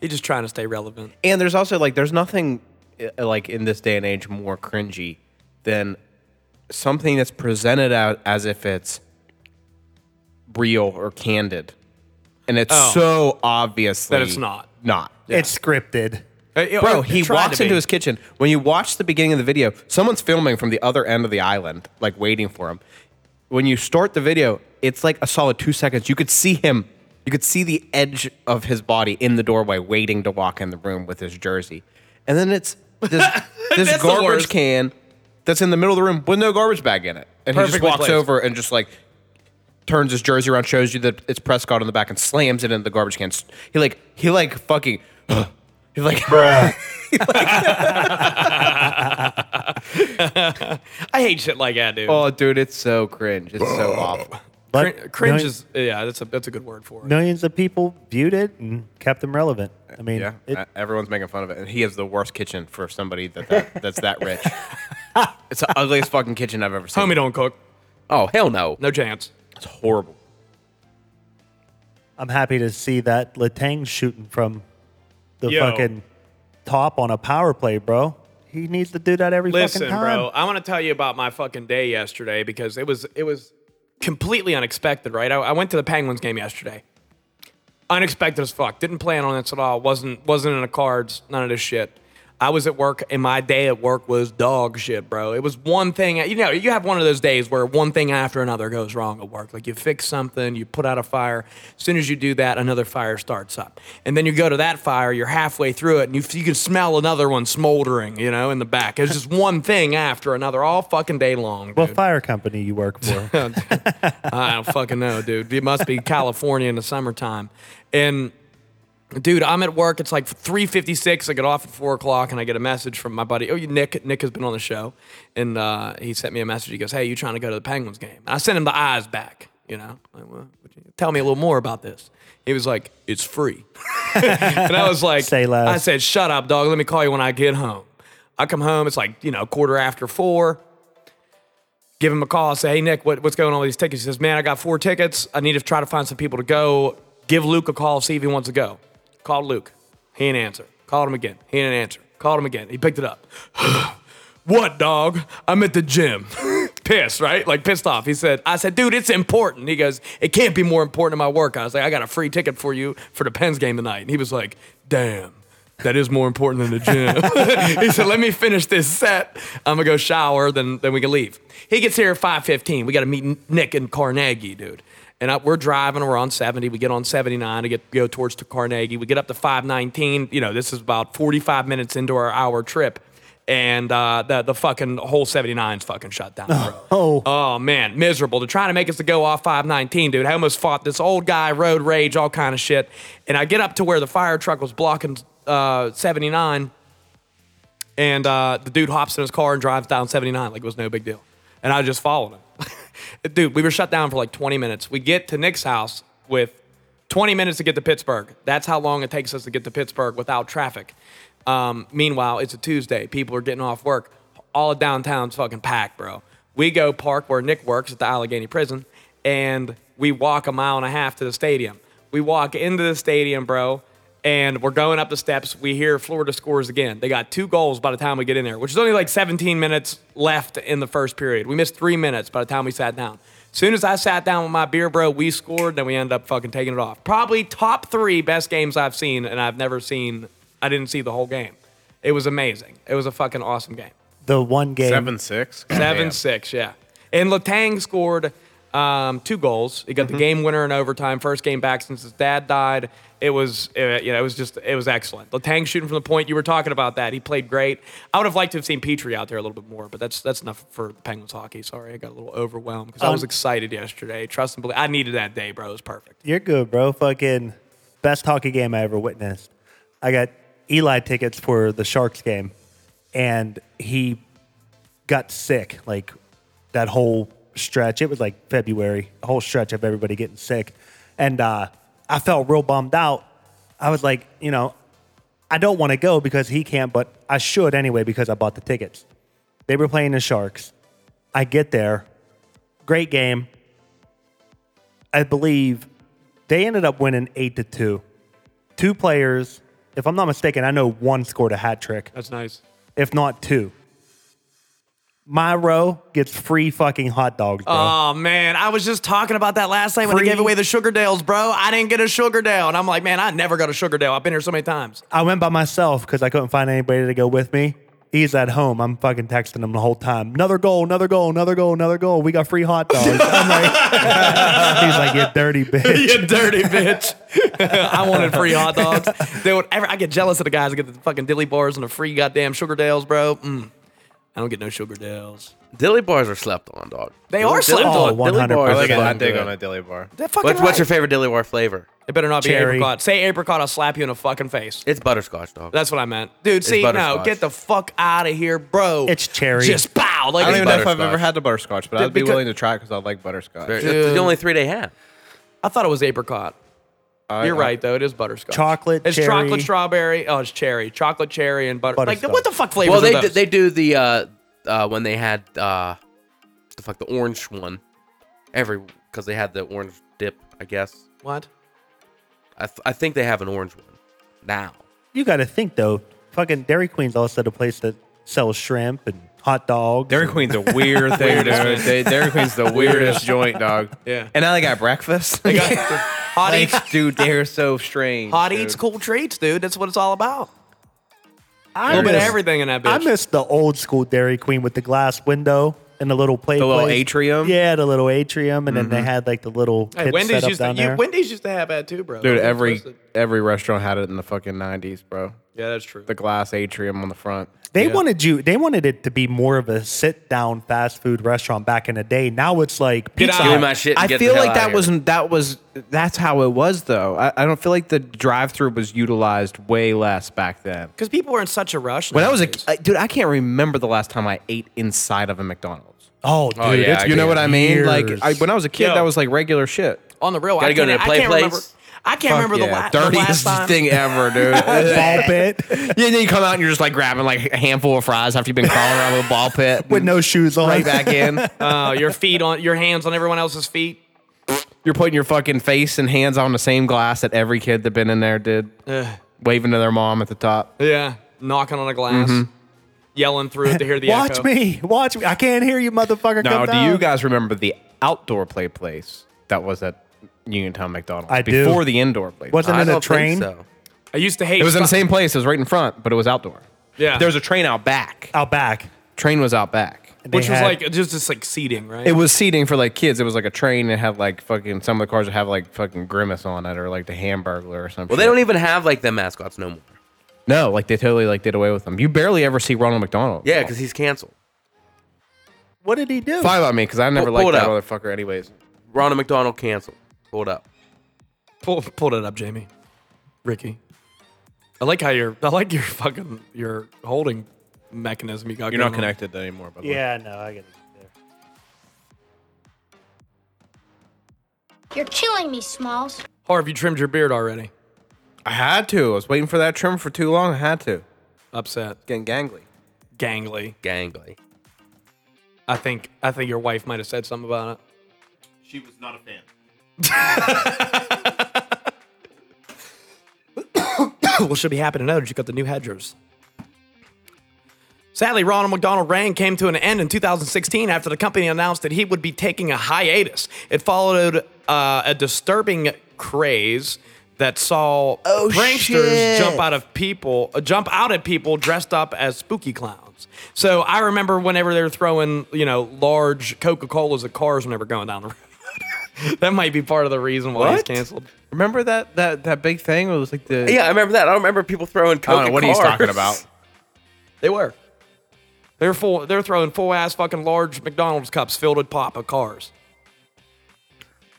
Speaker 1: He's just trying to stay relevant.
Speaker 3: And there's also like there's nothing uh, like in this day and age more cringy than something that's presented out as if it's real or candid, and it's
Speaker 1: Oh.
Speaker 3: so obviously
Speaker 1: That it's not.
Speaker 3: Not.
Speaker 4: It's scripted.
Speaker 1: Uh, it-
Speaker 3: Bro,
Speaker 1: it
Speaker 3: he
Speaker 1: tried to
Speaker 3: walks
Speaker 1: be.
Speaker 3: into his kitchen. When you watch the beginning of the video, someone's filming from the other end of the island, like waiting for him. When you start the video, it's like a solid two seconds. You could see him. You could see the edge of his body in the doorway, waiting to walk in the room with his jersey. And then it's this, this
Speaker 1: That's the
Speaker 3: garbage
Speaker 1: worst.
Speaker 3: can that's in the middle of the room with no garbage bag in it. And he just
Speaker 1: Perfectly
Speaker 3: walks
Speaker 1: placed.
Speaker 3: over and just like turns his jersey around, shows you that it's Prescott on the back, and slams it into the garbage can. He like he like fucking he like
Speaker 1: I hate shit like that, dude.
Speaker 3: Oh, dude, it's so cringe. It's so awful.
Speaker 4: But
Speaker 1: Cr- cringe
Speaker 4: million-
Speaker 1: is yeah, that's a that's a good word for it.
Speaker 4: millions of people viewed it and kept them relevant. I mean,
Speaker 3: Yeah,
Speaker 4: it,
Speaker 3: uh, everyone's making fun of it, and he has the worst kitchen for somebody that, that that's that rich. it's the ugliest fucking kitchen I've ever seen.
Speaker 1: Homie, don't cook.
Speaker 2: Oh hell no.
Speaker 1: No chance.
Speaker 3: It's horrible.
Speaker 4: I'm happy to see that Latang shooting from the
Speaker 1: Yo.
Speaker 4: fucking top on a power play, bro. He needs to do that every
Speaker 1: Listen,
Speaker 4: fucking time.
Speaker 1: bro, I want to tell you about my fucking day yesterday because it was it was completely unexpected, right? I, I went to the Penguins game yesterday. Unexpected as fuck. Didn't plan on this at all. wasn't wasn't in the cards. None of this shit. I was at work and my day at work was dog shit, bro. It was one thing, you know, you have one of those days where one thing after another goes wrong at work. Like you fix something, you put out a fire. As soon as you do that, another fire starts up. And then you go to that fire, you're halfway through it, and you, you can smell another one smoldering, you know, in the back. It's just one thing after another all fucking day long.
Speaker 4: What
Speaker 1: dude.
Speaker 4: fire company you work for?
Speaker 1: I don't fucking know, dude. It must be California in the summertime. And dude, I'm at work. It's like 3:56. I get off at four o'clock, and I get a message from my buddy. Oh, you- Nick. Nick has been on the show, and uh, he sent me a message. He goes, "Hey, you trying to go to the Penguins game?" And I sent him the eyes back. You know, like, well, would you tell me a little more about this. He was like, "It's free," and I was like,
Speaker 4: Say less.
Speaker 1: I said, "Shut up, dog. Let me call you when I get home." I come home. It's like you know, quarter after four give him a call. Say, hey Nick, what, what's going on with these tickets? He says, man, I got four tickets. I need to try to find some people to go. Give Luke a call, see if he wants to go. Called Luke. He didn't answer. Called him again. He didn't answer. Called him again. He picked it up. what, dog? I'm at the gym. pissed, right? Like pissed off. He said, I said, dude, it's important. He goes, it can't be more important than my work. I was like, I got a free ticket for you for the Pens game tonight. And he was like, damn. That is more important than the gym. he said, "Let me finish this set. I'm gonna go shower, then then we can leave." He gets here at 5:15. We got to meet Nick and Carnegie, dude. And I, we're driving. We're on 70. We get on 79 to get go towards to Carnegie. We get up to 5:19. You know, this is about 45 minutes into our hour trip, and uh, the the fucking whole 79's fucking shut down, bro.
Speaker 4: oh,
Speaker 1: Oh man, miserable. They're trying to make us to go off 519, dude. I almost fought this old guy, road rage, all kind of shit. And I get up to where the fire truck was blocking uh, 79, and uh, the dude hops in his car and drives down 79 like it was no big deal. And I just followed him. dude, we were shut down for like 20 minutes. We get to Nick's house with 20 minutes to get to Pittsburgh. That's how long it takes us to get to Pittsburgh without traffic. Um, meanwhile, it's a Tuesday. People are getting off work. All of downtown's fucking packed, bro. We go park where Nick works at the Allegheny Prison, and we walk a mile and a half to the stadium. We walk into the stadium, bro, and we're going up the steps. We hear Florida scores again. They got two goals by the time we get in there, which is only like 17 minutes left in the first period. We missed three minutes by the time we sat down. Soon as I sat down with my beer, bro, we scored, then we ended up fucking taking it off. Probably top three best games I've seen, and I've never seen, I didn't see the whole game. It was amazing. It was a fucking awesome game.
Speaker 4: the one game.
Speaker 3: Seven six.
Speaker 1: Seven six, yeah. And Latang scored um, two goals. He got the game winner in overtime. First game back since his dad died. It was, uh, you know, it was just, it was excellent. Latang shooting from the point. You were talking about that. He played great. I would have liked to have seen Petrie out there a little bit more, but that's that's enough for Penguins hockey. Sorry, I got a little overwhelmed because I was
Speaker 4: Um,
Speaker 1: excited yesterday. Trust and believe, I needed that day, bro. It was perfect.
Speaker 4: You're good, bro. Fucking best hockey game I ever witnessed. I got Eli tickets for the Sharks game, and he got sick like that whole stretch. It was like February, a whole stretch of everybody getting sick. And uh, I felt real bummed out. I was like, you know, I don't want to go because he can't, but I should anyway because I bought the tickets. They were playing the Sharks. I get there. Great game. I believe they ended up winning eight to two. Two players, if I'm not mistaken, I know one scored a hat trick,
Speaker 1: That's nice.
Speaker 4: if not two. My row gets free fucking hot dogs, bro.
Speaker 1: Oh man, I was just talking about that last night when
Speaker 4: Free-
Speaker 1: they gave away the Sugar Dales, bro. I didn't get a Sugar Dale, and I'm like, man, I never got a Sugar Dale. I've been here so many times.
Speaker 4: I went by myself because I couldn't find anybody to go with me. He's at home. I'm fucking texting him the whole time. Another goal, another goal, another goal, another goal. We got free hot dogs. I'm like, he's like, you dirty bitch.
Speaker 1: you dirty bitch. I wanted free hot dogs. They would ever. I get jealous of the guys that get the fucking dilly bars and the free goddamn sugar dales, bro. Mm. I don't get no sugar dales.
Speaker 2: Dilly bars are slept on, dog.
Speaker 1: They are
Speaker 2: Dilly
Speaker 1: slept
Speaker 2: bar-
Speaker 4: on.
Speaker 2: Dilly
Speaker 4: 100%.
Speaker 2: bars
Speaker 4: I
Speaker 2: are
Speaker 4: like it.
Speaker 2: fucking
Speaker 4: I
Speaker 2: good.
Speaker 3: dilly bar.
Speaker 1: They're fucking
Speaker 2: What's, what's your
Speaker 1: right.
Speaker 2: favorite dilly bar flavor?
Speaker 1: It better not be
Speaker 4: Cherry.
Speaker 1: apricot. Say apricot, I'll slap you in the fucking face.
Speaker 2: It's butterscotch, dog.
Speaker 1: That's what I meant, dude. See, no,
Speaker 2: butterscotch.
Speaker 1: get the fuck out of here, bro.
Speaker 4: It's cherry.
Speaker 1: Just pow. Like
Speaker 3: I don't
Speaker 1: it's
Speaker 3: even know if I've
Speaker 2: butterscotch.
Speaker 3: ever had the butterscotch, but I'd be
Speaker 1: because-
Speaker 3: willing to try because I like butterscotch.
Speaker 2: It's the only three they have.
Speaker 1: I thought it was apricot. You're right though. It is butterscotch.
Speaker 4: Chocolate,
Speaker 1: It's
Speaker 4: cherry.
Speaker 1: chocolate strawberry. Oh, it's cherry. Chocolate cherry and butter. Like
Speaker 4: Butterscotch.
Speaker 1: what the fuck flavor?
Speaker 2: Well, they
Speaker 1: are
Speaker 2: d-
Speaker 1: those?
Speaker 2: they do the uh, uh, when they had uh, the fuck the orange one every because they had the orange dip. I guess
Speaker 1: what?
Speaker 2: I, th- I think they have an orange one now.
Speaker 4: You got to think though. Fucking Dairy Queen's also the place that sells shrimp and hot dogs.
Speaker 3: Dairy
Speaker 4: and-
Speaker 3: Queen's a weird thing, dude. They- Dairy Queen's the weirdest joint, dog.
Speaker 1: Yeah.
Speaker 3: And now they got breakfast.
Speaker 1: They got hot eats
Speaker 3: dude, they're so strange.
Speaker 1: Hot
Speaker 3: dude.
Speaker 1: eats, cool treats, dude. That's what it's all about.
Speaker 4: I
Speaker 1: little bit of
Speaker 4: miss-
Speaker 1: everything in that bitch.
Speaker 4: I miss the old school Dairy Queen with the glass window and the little play.
Speaker 3: The little
Speaker 4: place.
Speaker 3: atrium? Mm-hmm.
Speaker 4: Yeah, the little atrium, and then they had like the little
Speaker 1: Hey,
Speaker 4: pit
Speaker 1: Wendy's
Speaker 4: setup
Speaker 1: used to
Speaker 4: down
Speaker 1: you,
Speaker 4: there.
Speaker 1: Wendy's used to have that too, bro.
Speaker 3: Dude,
Speaker 1: Don't get
Speaker 3: every
Speaker 1: twisted.
Speaker 3: every restaurant had it in the fucking 90s, bro.
Speaker 1: yeah, that's true.
Speaker 3: The glass atrium on the front.
Speaker 4: they wanted you. They wanted it to be more of a sit down fast food restaurant back in the day. Now it's like
Speaker 1: Get
Speaker 4: pizza.
Speaker 1: out.
Speaker 2: Give me
Speaker 4: Hut.
Speaker 2: my shit. And
Speaker 3: I
Speaker 2: get
Speaker 3: feel
Speaker 2: the hell
Speaker 3: like
Speaker 2: out of
Speaker 3: that
Speaker 2: here.
Speaker 3: wasn't that was that's how it was though. I, I don't feel like the drive-through was utilized way less back then.
Speaker 1: Because people were in such a rush.
Speaker 3: When I was a
Speaker 1: nowadays.
Speaker 3: I- dude, I can't remember the last time I ate inside of a McDonald's.
Speaker 4: Oh, dude,
Speaker 2: Oh, yeah,
Speaker 4: it's
Speaker 2: I
Speaker 3: You know what I mean? Like
Speaker 4: years.
Speaker 3: I, when I was a kid,
Speaker 1: Yo.
Speaker 3: that was like regular shit.
Speaker 1: on the real, I
Speaker 2: Gotta go to
Speaker 1: can't,
Speaker 2: the play
Speaker 1: I can't remember.
Speaker 2: place.
Speaker 1: I can't remember the, la- the last
Speaker 3: dirtiest
Speaker 1: time.
Speaker 3: thing ever, dude.
Speaker 4: ball pit
Speaker 3: Yeah, and then you come out and you're just like grabbing like a handful of fries after you've been crawling around with a ball pit.
Speaker 4: with no shoes on.
Speaker 3: right back in.
Speaker 1: Uh, your feet on your hands on everyone else's feet.
Speaker 3: You're putting your fucking face and hands on the same glass that every kid that been in there did, waving to their mom at the top.
Speaker 1: Yeah, knocking on a glass,
Speaker 3: Mm-hmm.
Speaker 1: yelling through it to hear the
Speaker 4: Watch
Speaker 1: echo.
Speaker 4: me, watch me. I can't hear you, motherfucker.
Speaker 3: Now,
Speaker 4: Come
Speaker 3: do
Speaker 4: down.
Speaker 3: you guys remember the outdoor play place that was at Uniontown McDonald's?
Speaker 4: I do.
Speaker 3: Before the indoor play. place?
Speaker 4: Wasn't
Speaker 2: I
Speaker 4: it a
Speaker 2: don't
Speaker 4: train
Speaker 2: think so.
Speaker 1: I used to hate.
Speaker 3: It was in the
Speaker 1: fu-
Speaker 3: same place. It was right in front, but it was outdoor.
Speaker 1: Yeah.
Speaker 3: There was a train out back.
Speaker 4: out back?
Speaker 3: Train was out back.
Speaker 4: They
Speaker 1: which was
Speaker 4: had-
Speaker 1: like just just like seating, right?
Speaker 3: It was seating for like kids. It was like a train that had like fucking some of the cars that have like fucking grimace on it or like the Hamburglar or something.
Speaker 2: Well, they don't e- even have like the mascots no more.
Speaker 3: No, like they totally like did away with them. You barely ever see Ronald McDonald.
Speaker 2: Yeah, because he's canceled.
Speaker 4: what did he do?
Speaker 3: Fine by me because I never
Speaker 2: Pull-
Speaker 3: liked
Speaker 2: pull it
Speaker 3: that
Speaker 2: up.
Speaker 3: motherfucker. Anyways,
Speaker 2: Ronald McDonald canceled. Pull it up.
Speaker 1: Pull, pulled it up, Jamie. Ricky. I like how you're. I like your fucking your holding mechanism. You got. going on.
Speaker 3: anymore. By
Speaker 4: Yeah, no, I get it.
Speaker 5: You're killing me, Smalls.
Speaker 1: Or have you trimmed your beard already?
Speaker 3: I had to. I was waiting for that trim for too long. I had to.
Speaker 1: Upset.
Speaker 3: Getting gangly.
Speaker 1: Gangly.
Speaker 2: Gangly.
Speaker 1: I think. I think your wife might have said something about it.
Speaker 6: She was not a fan.
Speaker 1: well, she'll be happy to know that you got the new hedgers. Sadly, Ronald McDonald reign came to an end in 2016 after the company announced that he would be taking a hiatus. It followed uh, a disturbing craze that saw pranksters jump out of people, uh, jump out at people dressed up as spooky clowns. So I remember whenever they were throwing, you know, large Coca Colas at cars whenever going down the road. that might be part of the reason why he's
Speaker 3: What?
Speaker 1: canceled.
Speaker 3: Remember that that that big thing? It was like the
Speaker 2: Yeah, I remember that. I don't remember people throwing
Speaker 3: I
Speaker 2: Coke.
Speaker 3: don't know,
Speaker 2: at
Speaker 3: what are you
Speaker 2: cars.
Speaker 3: talking about?
Speaker 1: They were. They're full. They're throwing full ass fucking large McDonald's cups filled with pop of cars.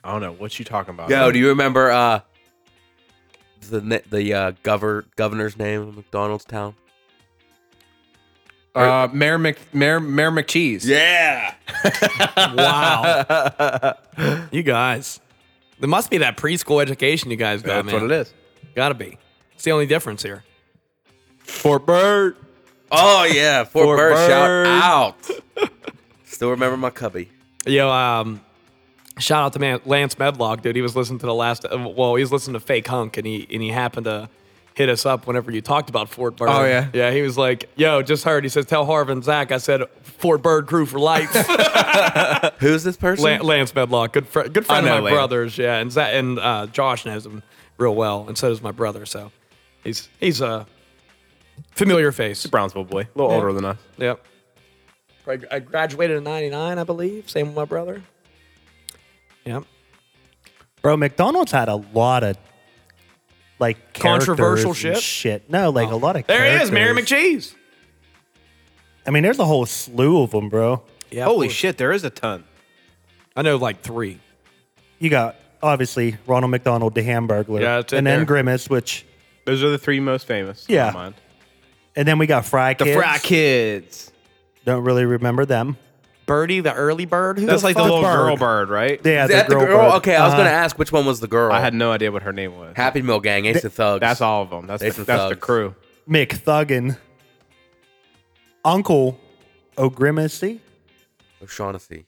Speaker 3: I don't know what you talking about.
Speaker 2: Yo, do you remember uh the ne- the uh, governor governor's name of McDonald's town?
Speaker 3: uh, Mayor Mc Mayor Mayor McCheese.
Speaker 2: Yeah.
Speaker 1: Wow. you guys. There must be that preschool education you guys got,
Speaker 3: that's
Speaker 1: man.
Speaker 3: what it is.
Speaker 1: Gotta be. It's the only difference here.
Speaker 3: Fort Bird.
Speaker 2: Oh yeah, Fort,
Speaker 3: Fort
Speaker 2: Bird, shout
Speaker 3: Byrd.
Speaker 2: out. Still remember my cubby.
Speaker 1: Yo, um, shout out to man Lance Medlock, dude. He was listening to the last. uh, Well, he was listening to Fake Hunk, and he and he happened to hit us up whenever you talked about Fort Bird.
Speaker 3: Oh, yeah.
Speaker 1: yeah. He was like, "Yo, just heard." He says, "Tell Harv and Zach." I said, "Fort Bird crew for life."
Speaker 2: Who's this person?
Speaker 1: Lan- Lance Medlock, good friend, good friend
Speaker 3: I
Speaker 1: of my
Speaker 3: know Lance.
Speaker 1: brother's. Yeah, and Za- and uh, Josh knows him real well, and so does my brother. So he's he's a familiar face.
Speaker 3: Brownsville boy. A little older than us.
Speaker 1: Yep. I I graduated in '99, I believe. Same with my brother. Yep.
Speaker 4: Bro, McDonald's had a lot of like characters
Speaker 1: Controversial
Speaker 4: and
Speaker 1: shit?
Speaker 4: Shit, no, like a lot of.
Speaker 1: There it is, Mary
Speaker 4: characters.
Speaker 1: McCheese.
Speaker 4: I mean, there's a whole slew of them, bro.
Speaker 1: Yeah,
Speaker 3: Holy shit, there is a ton.
Speaker 1: I know like three.
Speaker 4: You got obviously Ronald McDonald, the Hamburglar,
Speaker 1: Yeah, it's in
Speaker 4: and then
Speaker 1: there.
Speaker 4: Grimace, which,
Speaker 3: Those are the three most famous.
Speaker 4: in my Yeah. mind. and then we got Fry
Speaker 3: The
Speaker 4: Kids.
Speaker 3: Fry Kids.
Speaker 4: Don't really remember them.
Speaker 1: Birdie, the early bird. Who
Speaker 3: That's like the
Speaker 1: fuck-
Speaker 3: little
Speaker 4: bird?
Speaker 3: girl bird, right?
Speaker 4: Yeah,
Speaker 2: Is that the girl?
Speaker 4: bird.
Speaker 2: Okay, I was
Speaker 4: Uh-huh.
Speaker 2: gonna ask which one was the girl.
Speaker 3: uh, I had no idea what her name was.
Speaker 2: Happy Meal Gang, Ace of Thugs.
Speaker 3: That's all of them. That's
Speaker 2: They
Speaker 3: the,
Speaker 2: some
Speaker 3: that's the
Speaker 2: thugs.
Speaker 3: crew.
Speaker 4: Mick Thuggin, Uncle O'Grimacy.
Speaker 2: O'Shaughnessy.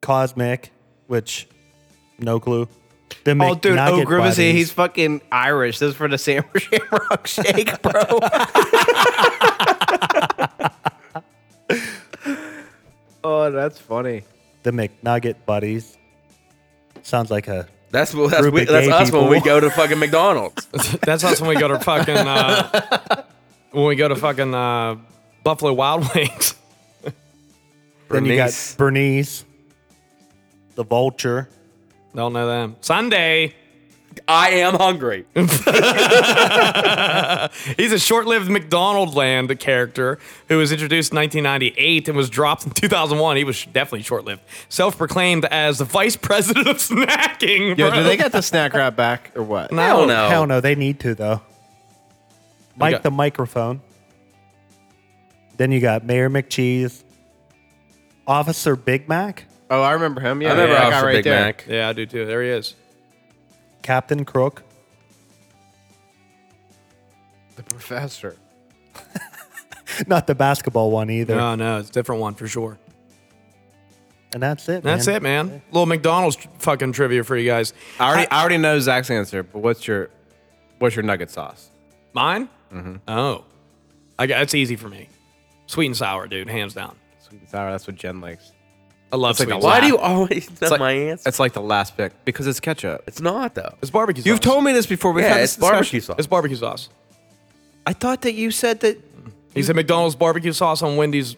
Speaker 4: Cosmic, which no clue. The
Speaker 3: Oh, dude,
Speaker 4: McNugget
Speaker 3: O'Grimacy,
Speaker 4: buddies.
Speaker 3: he's fucking Irish. This is for the Sam Shamrock Shake, bro. oh, that's funny. Oh,
Speaker 4: the McNugget buddies. Sounds like a
Speaker 2: That's what- that's,
Speaker 4: Group
Speaker 2: we,
Speaker 4: of gay
Speaker 2: that's us when we
Speaker 4: people.
Speaker 2: go to fucking McDonald's.
Speaker 1: That's us when we go to fucking uh, when we go to fucking uh, Buffalo Wild Wings.
Speaker 4: Then you
Speaker 2: Bernice.
Speaker 4: got Bernice, the vulture.
Speaker 1: Don't know them. Sunday.
Speaker 2: I am hungry.
Speaker 1: He's a short-lived McDonald Land character who was introduced in 1998 and was dropped in 2001. He was definitely short-lived. Self-proclaimed as the vice president of snacking.
Speaker 3: Yo,
Speaker 1: bro.
Speaker 3: do they get the snack wrap back or what?
Speaker 2: Hell
Speaker 3: Oh.
Speaker 2: no.
Speaker 4: Hell no, they need to though. Mike
Speaker 1: got-
Speaker 4: the microphone. Then you got Mayor McCheese, Officer Big Mac,
Speaker 3: Oh, I remember him.
Speaker 2: I
Speaker 3: Yeah,
Speaker 2: remember
Speaker 3: yeah, that guy
Speaker 2: Officer
Speaker 3: right
Speaker 2: Big
Speaker 3: there.
Speaker 2: Mac.
Speaker 1: Yeah, I do too. There he is.
Speaker 4: Captain Crook,
Speaker 3: The professor.
Speaker 4: not the basketball one either.
Speaker 1: No, no, it's a different one for sure.
Speaker 4: And that's it.
Speaker 1: That's it, man. Little McDonald's fucking trivia for you guys.
Speaker 3: I already, I already know Zach's answer, but what's your what's your nugget sauce?
Speaker 1: Mine?
Speaker 2: Mm-hmm.
Speaker 1: Oh, I got, that's easy for me. Sweet and sour, dude, hands down.
Speaker 3: Sweet and sour. That's what Jen likes.
Speaker 1: I love sweet.
Speaker 3: like the
Speaker 1: and
Speaker 2: Why
Speaker 1: sour.
Speaker 2: do you always? That's
Speaker 3: like-
Speaker 2: my answer.
Speaker 3: It's like the last pick because it's ketchup.
Speaker 2: It's not though.
Speaker 1: It's barbecue.
Speaker 3: You've
Speaker 1: sauce.
Speaker 3: told me this before. We've
Speaker 2: Yeah,
Speaker 3: had
Speaker 2: it's
Speaker 3: this discussion.
Speaker 2: barbecue sauce.
Speaker 1: it's barbecue sauce.
Speaker 3: I thought that you said that.
Speaker 1: He said McDonald's barbecue sauce on Wendy's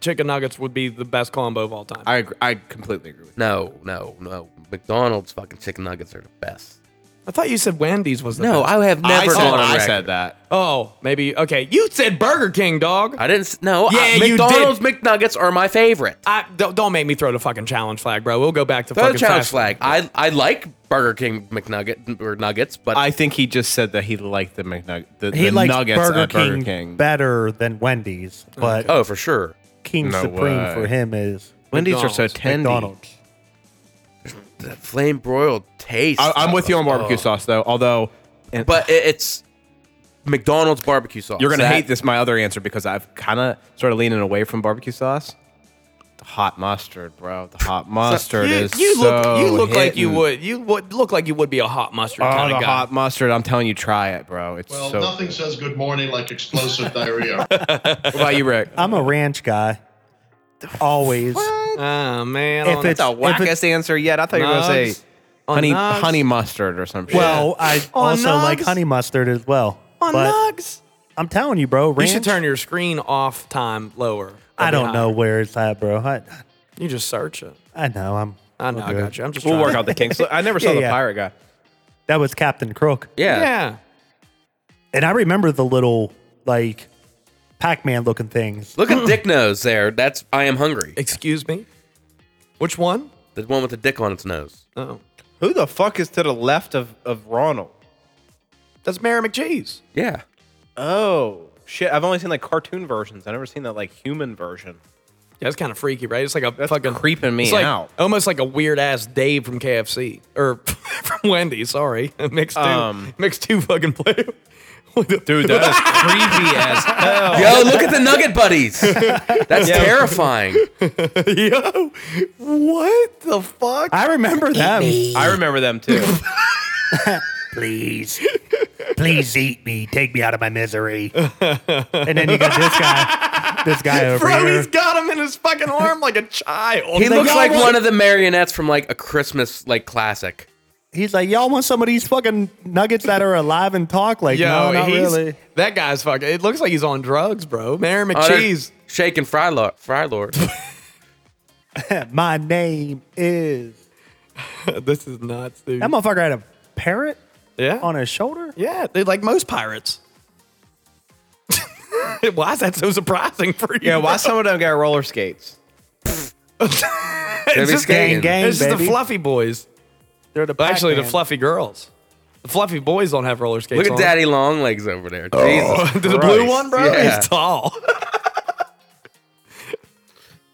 Speaker 1: chicken nuggets would be the best combo of all time.
Speaker 3: I agree, I completely agree with you.
Speaker 2: No, no, no. McDonald's fucking chicken nuggets are the best.
Speaker 1: I thought you said Wendy's was the
Speaker 2: No,
Speaker 1: best.
Speaker 2: I have never
Speaker 3: I said,
Speaker 2: gone on
Speaker 3: I
Speaker 2: record.
Speaker 3: said that.
Speaker 1: oh, maybe okay. You said Burger King, dog.
Speaker 2: I didn't. s- No, I-
Speaker 1: Yeah, you did.
Speaker 2: McDonald's McNuggets are my favorite.
Speaker 1: I, don't, don't make me throw the fucking challenge flag, bro. We'll go back to
Speaker 2: Throw
Speaker 1: fucking
Speaker 2: the challenge
Speaker 1: fast-
Speaker 2: flag. I I like Burger King McNugget or nuggets, but
Speaker 3: I think he just said that he liked the McNugget. The,
Speaker 4: He
Speaker 3: the
Speaker 4: likes
Speaker 3: nuggets
Speaker 4: Burger
Speaker 3: at
Speaker 4: King,
Speaker 3: Burger King.
Speaker 4: better than Wendy's, but
Speaker 2: oh for sure.
Speaker 4: King
Speaker 3: No
Speaker 4: Supreme
Speaker 3: way.
Speaker 4: for him is
Speaker 3: Wendy's are so
Speaker 1: McDonald's.
Speaker 3: tendy.
Speaker 4: McDonald's.
Speaker 2: The flame broiled taste.
Speaker 3: I, I'm with you on barbecue
Speaker 2: Oh.
Speaker 3: sauce though. Although, and-
Speaker 2: but it, it's McDonald's barbecue sauce.
Speaker 3: you're gonna
Speaker 2: That-
Speaker 3: hate this. My other answer because I've kind of started leaning away from barbecue sauce. The hot mustard, bro. The hot mustard
Speaker 1: You,
Speaker 3: is
Speaker 1: you look,
Speaker 3: so
Speaker 1: you look like you
Speaker 3: Oh, hitting.
Speaker 1: would, you would look like you would be a hot mustard
Speaker 3: Oh,
Speaker 1: kind
Speaker 3: the
Speaker 1: of guy.
Speaker 3: hot mustard! I'm telling you, try it, bro. It's
Speaker 7: Well,
Speaker 3: so.
Speaker 7: nothing says good morning like explosive diarrhea.
Speaker 3: What about you, Rick?
Speaker 4: I'm a ranch guy. Always.
Speaker 1: Oh man,
Speaker 4: If
Speaker 1: on the-
Speaker 4: it's-
Speaker 3: the
Speaker 4: If
Speaker 3: wackest answer yet. I thought you were gonna
Speaker 1: Nugs.
Speaker 3: say Oh, honey,
Speaker 1: nugs.
Speaker 3: honey mustard or some shit.
Speaker 4: Well, I
Speaker 1: On
Speaker 4: also like
Speaker 1: Oh, nugs?
Speaker 4: honey mustard as well.
Speaker 1: on
Speaker 4: but
Speaker 1: nugs.
Speaker 4: I'm telling you, bro.
Speaker 1: You
Speaker 4: Ranch,
Speaker 1: should turn your screen off time lower.
Speaker 4: I don't
Speaker 1: That'd be
Speaker 4: know
Speaker 1: higher.
Speaker 4: where it's at, bro. I,
Speaker 1: You just search it.
Speaker 4: I know. I'm.
Speaker 1: I know.
Speaker 4: I'll
Speaker 1: I
Speaker 4: do it.
Speaker 1: got you. I'm just.
Speaker 3: we'll
Speaker 1: trying.
Speaker 3: work out the kinks. Look, I never saw
Speaker 4: Yeah,
Speaker 3: the
Speaker 4: yeah.
Speaker 3: pirate guy.
Speaker 4: That was Captain Crook,
Speaker 2: Yeah.
Speaker 1: Yeah.
Speaker 4: and I remember the little like Pac-Man looking things.
Speaker 2: Look at Dick Nose there. That's I am hungry.
Speaker 1: Excuse me. Which one?
Speaker 2: The one with the dick on its nose.
Speaker 1: Oh,
Speaker 3: Who the fuck is to the left of, of Ronald?
Speaker 1: that's Mary McCheese.
Speaker 2: Yeah.
Speaker 3: Oh shit! I've only seen like cartoon versions. I've never seen that like human version.
Speaker 1: Yeah, that's kind of freaky, right? It's like a
Speaker 3: That's
Speaker 1: fucking
Speaker 3: creeping me
Speaker 1: it's like-
Speaker 3: out.
Speaker 1: Almost like a weird ass Dave from KFC or from Wendy's. Sorry, mixed two,
Speaker 3: Um.
Speaker 1: mixed two fucking blue. What the-
Speaker 3: Dude, that is creepy as hell.
Speaker 2: Yo, look at the Nugget Buddies. That's terrifying.
Speaker 1: Yo, what the fuck?
Speaker 4: I remember that.
Speaker 3: I remember them too.
Speaker 4: Please, please eat me. Take me out of my misery. and then you got this guy, this guy over
Speaker 1: Bro,
Speaker 4: here.
Speaker 1: he's got him in his fucking arm like a child.
Speaker 2: He looks
Speaker 4: y'all
Speaker 2: like
Speaker 4: want-
Speaker 2: one of the marionettes from like a Christmas like classic.
Speaker 4: He's like, y'all want some of these fucking nuggets that are alive and talk? Like,
Speaker 1: Yo,
Speaker 4: no, not
Speaker 1: he's
Speaker 4: really.
Speaker 1: that guy's fucking. It looks like he's on drugs, bro. Mary
Speaker 2: Oh, they're
Speaker 1: McCheese.
Speaker 2: shaking fry lord. Fry lord.
Speaker 4: My name is.
Speaker 1: this is nuts, dude.
Speaker 4: That motherfucker had a parrot
Speaker 1: yeah,
Speaker 4: on his shoulder.
Speaker 1: yeah. They like most pirates. why is that so surprising for you?
Speaker 3: yeah, why
Speaker 1: bro?
Speaker 3: some of them got roller skates?
Speaker 2: They're
Speaker 1: It's just,
Speaker 2: skating.
Speaker 4: Gang, gang,
Speaker 1: it's just the
Speaker 4: baby.
Speaker 1: fluffy boys.
Speaker 4: They're the
Speaker 1: Actually, the
Speaker 4: Pac-Man.
Speaker 1: fluffy girls. The fluffy boys don't have roller skates.
Speaker 2: Look at
Speaker 1: on.
Speaker 2: Daddy Long Legs over there. Jesus.
Speaker 1: the blue
Speaker 3: Christ.
Speaker 1: one, bro.
Speaker 2: Yeah.
Speaker 1: He's tall.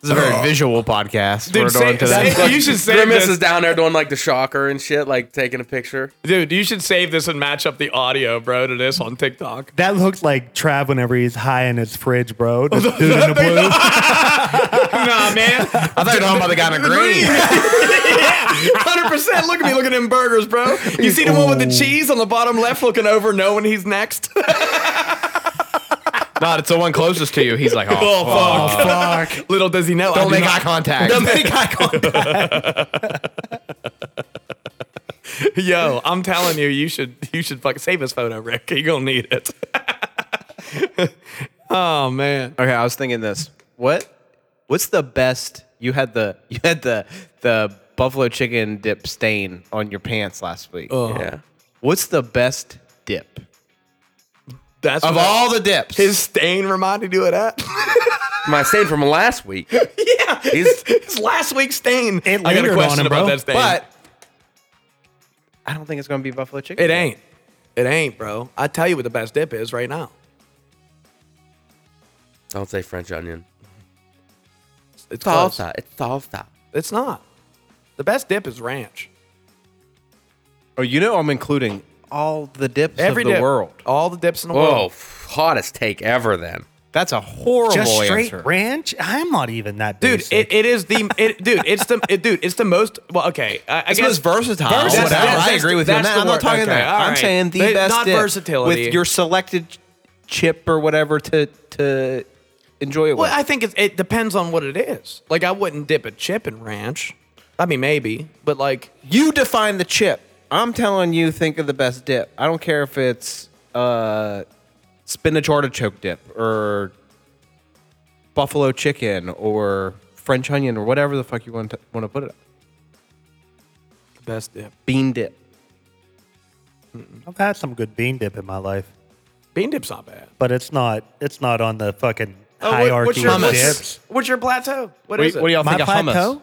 Speaker 3: This is a very visual podcast.
Speaker 1: Dude,
Speaker 3: We're going
Speaker 1: say,
Speaker 3: to
Speaker 1: say-
Speaker 3: Oh. that.
Speaker 1: you should save
Speaker 2: Grimace is
Speaker 1: this.
Speaker 2: down there doing like the shocker and shit, like taking a picture.
Speaker 1: Dude, you should save this and match up the audio, bro, to this on TikTok.
Speaker 4: That looks like Trav whenever he's high in his fridge, bro. The dude in the blue.
Speaker 1: nah, man.
Speaker 3: I thought you were talking about the guy in the green.
Speaker 1: Hundred percent. Look at me looking at them burgers, bro. You see the one with the cheese on the bottom left, looking over, knowing he's next.
Speaker 3: Not, it's the one closest to you. He's like, oh,
Speaker 1: fuck! Little does he know. I
Speaker 3: don't
Speaker 1: do
Speaker 3: make
Speaker 1: not-
Speaker 3: eye contact.
Speaker 1: Don't make eye contact. Yo, I'm telling you, you should you should fucking save this photo, Rick. You're gonna need it. oh man.
Speaker 3: Okay, I was thinking this. What? What's the best? You had the you had the the buffalo chicken dip stain on your pants last week.
Speaker 2: Yeah.
Speaker 3: What's the best dip
Speaker 1: That's
Speaker 3: of
Speaker 1: what I-
Speaker 3: all the dips?
Speaker 1: his stain reminded you of that?
Speaker 2: My stain from last week.
Speaker 1: yeah.
Speaker 2: He's-
Speaker 1: It's last week's stain.
Speaker 4: It
Speaker 1: I got
Speaker 4: lingered
Speaker 1: a
Speaker 4: on
Speaker 1: question
Speaker 4: him,
Speaker 1: about
Speaker 4: bro.
Speaker 1: that stain.
Speaker 3: but I don't think it's gonna be buffalo chicken.
Speaker 1: it ain't. It ain't, bro. I tell you what the best dip is right now.
Speaker 2: Don't say French onion.
Speaker 1: It's close.
Speaker 2: Salsa. It's salsa.
Speaker 1: It's not. The best dip is ranch.
Speaker 3: Oh, you know I'm including all the dips
Speaker 1: Every
Speaker 3: of the
Speaker 1: dip.
Speaker 3: world.
Speaker 1: All the dips in the
Speaker 2: Whoa,
Speaker 1: world.
Speaker 2: Oh, hottest take ever then.
Speaker 3: That's a horrible
Speaker 4: Just straight
Speaker 3: answer.
Speaker 4: ranch? I'm not even that
Speaker 1: Dude, it,
Speaker 4: basic.
Speaker 1: it is the it, dude. It's the it, dude. It's the most well. Okay, I, I
Speaker 3: It's
Speaker 1: guess
Speaker 3: most versatile.
Speaker 1: Versi-
Speaker 3: Whatever.
Speaker 1: that's-
Speaker 3: I
Speaker 1: that's
Speaker 3: agree with you.
Speaker 1: the-
Speaker 3: on
Speaker 1: that's
Speaker 3: that.
Speaker 1: the
Speaker 3: I'm not
Speaker 1: word.
Speaker 3: talking
Speaker 1: Okay,
Speaker 3: that.
Speaker 1: all
Speaker 3: I'm
Speaker 1: right.
Speaker 3: saying the
Speaker 1: They-
Speaker 3: best
Speaker 1: not
Speaker 3: dip
Speaker 1: versatility
Speaker 3: with your selected chip or whatever to to enjoy it
Speaker 1: Well,
Speaker 3: with.
Speaker 1: I think it, it depends on what it is. Like, I wouldn't dip a chip in ranch. I mean, maybe, but like,
Speaker 3: you define the chip. I'm telling you, think of the best dip. I don't care if it's uh, spinach artichoke dip or buffalo chicken or French onion or whatever the fuck you want to want to put it.
Speaker 1: best dip.
Speaker 3: Bean dip.
Speaker 4: I've had some good bean dip in my life,
Speaker 1: Bean dip's not bad.
Speaker 4: but it's not it's not on the fucking
Speaker 1: Oh, what-
Speaker 4: hierarchy
Speaker 1: your,
Speaker 4: of dips.
Speaker 1: What's, what's your plateau? What is it?
Speaker 3: y'all
Speaker 4: My
Speaker 1: hummus
Speaker 4: plateau?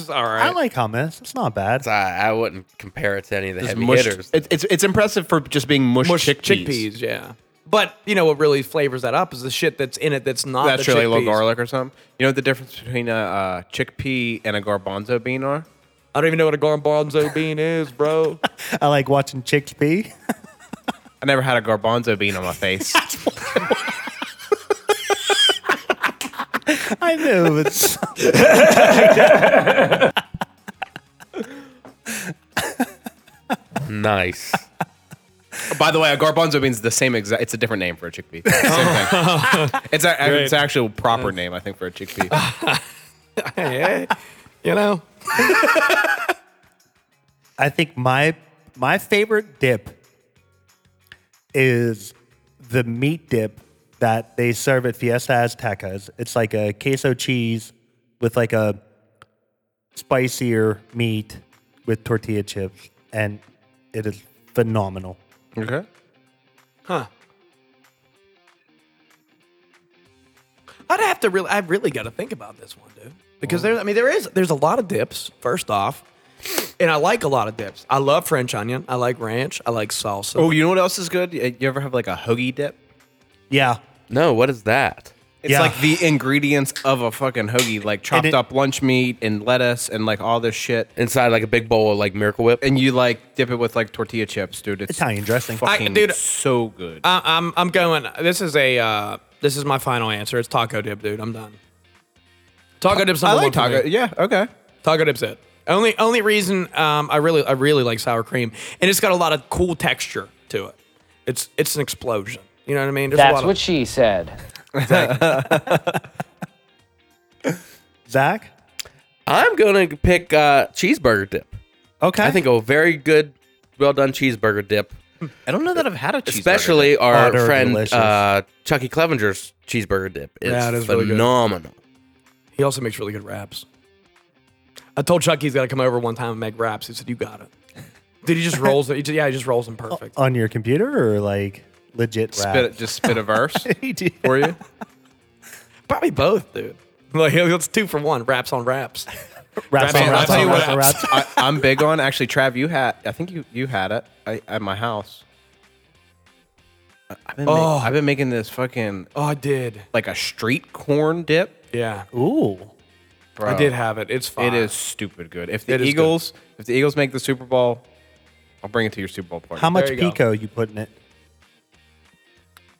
Speaker 1: is all right.
Speaker 4: I like hummus. It's not bad.
Speaker 2: I, I wouldn't compare it to any of the
Speaker 3: Just
Speaker 2: heavy
Speaker 3: mushed-
Speaker 2: hitters.
Speaker 3: it- it's it's impressive for just being mushed,
Speaker 1: Mush-
Speaker 3: chickpeas.
Speaker 1: yeah. But you know what really flavors that up is the shit that's in it that's not.
Speaker 3: That's
Speaker 1: the
Speaker 3: really low
Speaker 1: chickpeas.
Speaker 3: garlic or something. You know what the difference between a uh, chickpea and a garbanzo bean are?
Speaker 1: I don't even know what a garbanzo bean is, bro.
Speaker 4: I like watching chickpea.
Speaker 3: I never had a garbanzo bean on my face.
Speaker 4: I knew it's
Speaker 2: Nice.
Speaker 3: By the way, a garbanzo bean is the same exact. It's a different name for a chickpea. It's the Same thing. It's a, it's actual proper name, I think, for a chickpea.
Speaker 1: Hey, you know,
Speaker 4: I think my my favorite dip is the meat dip that they serve at Fiesta Aztecas. It's like a queso cheese with like a spicier meat with tortilla chips, and it is phenomenal.
Speaker 3: okay.
Speaker 1: huh? I'd have to really, I really got to think about this one, dude, because there, I mean, there is, there's a lot of dips. First off, and I like a lot of dips. I love French onion. I like ranch. I like salsa.
Speaker 3: Oh, you know what else is good? You you ever have like a hoagie dip?
Speaker 4: Yeah,
Speaker 2: No, what is that?
Speaker 3: It's
Speaker 4: Yeah.
Speaker 3: like the ingredients of a fucking hoagie, like chopped
Speaker 4: it-
Speaker 3: up lunch meat and lettuce and like all this shit.
Speaker 2: Inside like a big bowl of like Miracle Whip.
Speaker 3: And you like dip it with like tortilla chips, dude. It's
Speaker 4: Italian dressing.
Speaker 3: fucking
Speaker 1: dude,
Speaker 3: so good.
Speaker 1: I, I'm, I'm going. This is a, uh, this is my final answer. It's taco dip, dude. I'm done. Taco dip's
Speaker 3: I
Speaker 1: number
Speaker 3: like
Speaker 1: one for
Speaker 3: taco.
Speaker 1: me.
Speaker 3: Yeah, okay.
Speaker 1: Taco dip's it. Only only reason um, I really I really like sour cream, and it's got a lot of cool texture to it. It's it's an explosion. You know what I mean? There's a
Speaker 8: That's
Speaker 1: lot
Speaker 8: what
Speaker 1: of,
Speaker 8: she said.
Speaker 4: Zach.
Speaker 2: I'm going to pick uh, cheeseburger dip.
Speaker 4: Okay,
Speaker 2: I think a very good, well done cheeseburger dip,
Speaker 3: I don't know that I've had a cheeseburger.
Speaker 2: especially our
Speaker 4: Oh, they're
Speaker 2: friend
Speaker 4: delicious.
Speaker 2: uh, Chucky Clevenger's cheeseburger dip. It's
Speaker 1: Yeah, it is really good.
Speaker 2: phenomenal.
Speaker 1: he also makes really good wraps. I told Chuck he's got to come over one time and make wraps. He said, "You got it." Dude, he just rolls it. He just, yeah, he just rolls them perfect.
Speaker 4: on your computer or like legit rap.
Speaker 3: spit, just spit a verse for you.
Speaker 1: Probably both, dude. Like it's two for one. Wraps on wraps. Raps
Speaker 4: Raps on
Speaker 1: on
Speaker 4: raps
Speaker 1: raps. I'll
Speaker 4: on raps
Speaker 1: tell
Speaker 4: on
Speaker 1: you what.
Speaker 4: raps.
Speaker 3: I, I'm big on actually. Trav, you had. I think you you had it I, at my house. I- I've been,
Speaker 1: Oh.
Speaker 3: ma- I've been making this fucking
Speaker 1: Oh, I did.
Speaker 3: like a street corn dip.
Speaker 1: Yeah,
Speaker 4: Ooh,
Speaker 3: Bro,
Speaker 1: I did have it. It's fine.
Speaker 3: It is stupid good. If the
Speaker 1: It is good.
Speaker 3: Eagles, if the Eagles make the Super Bowl, I'll bring it to your Super Bowl party.
Speaker 4: how much
Speaker 1: you go.
Speaker 4: pico you put in it?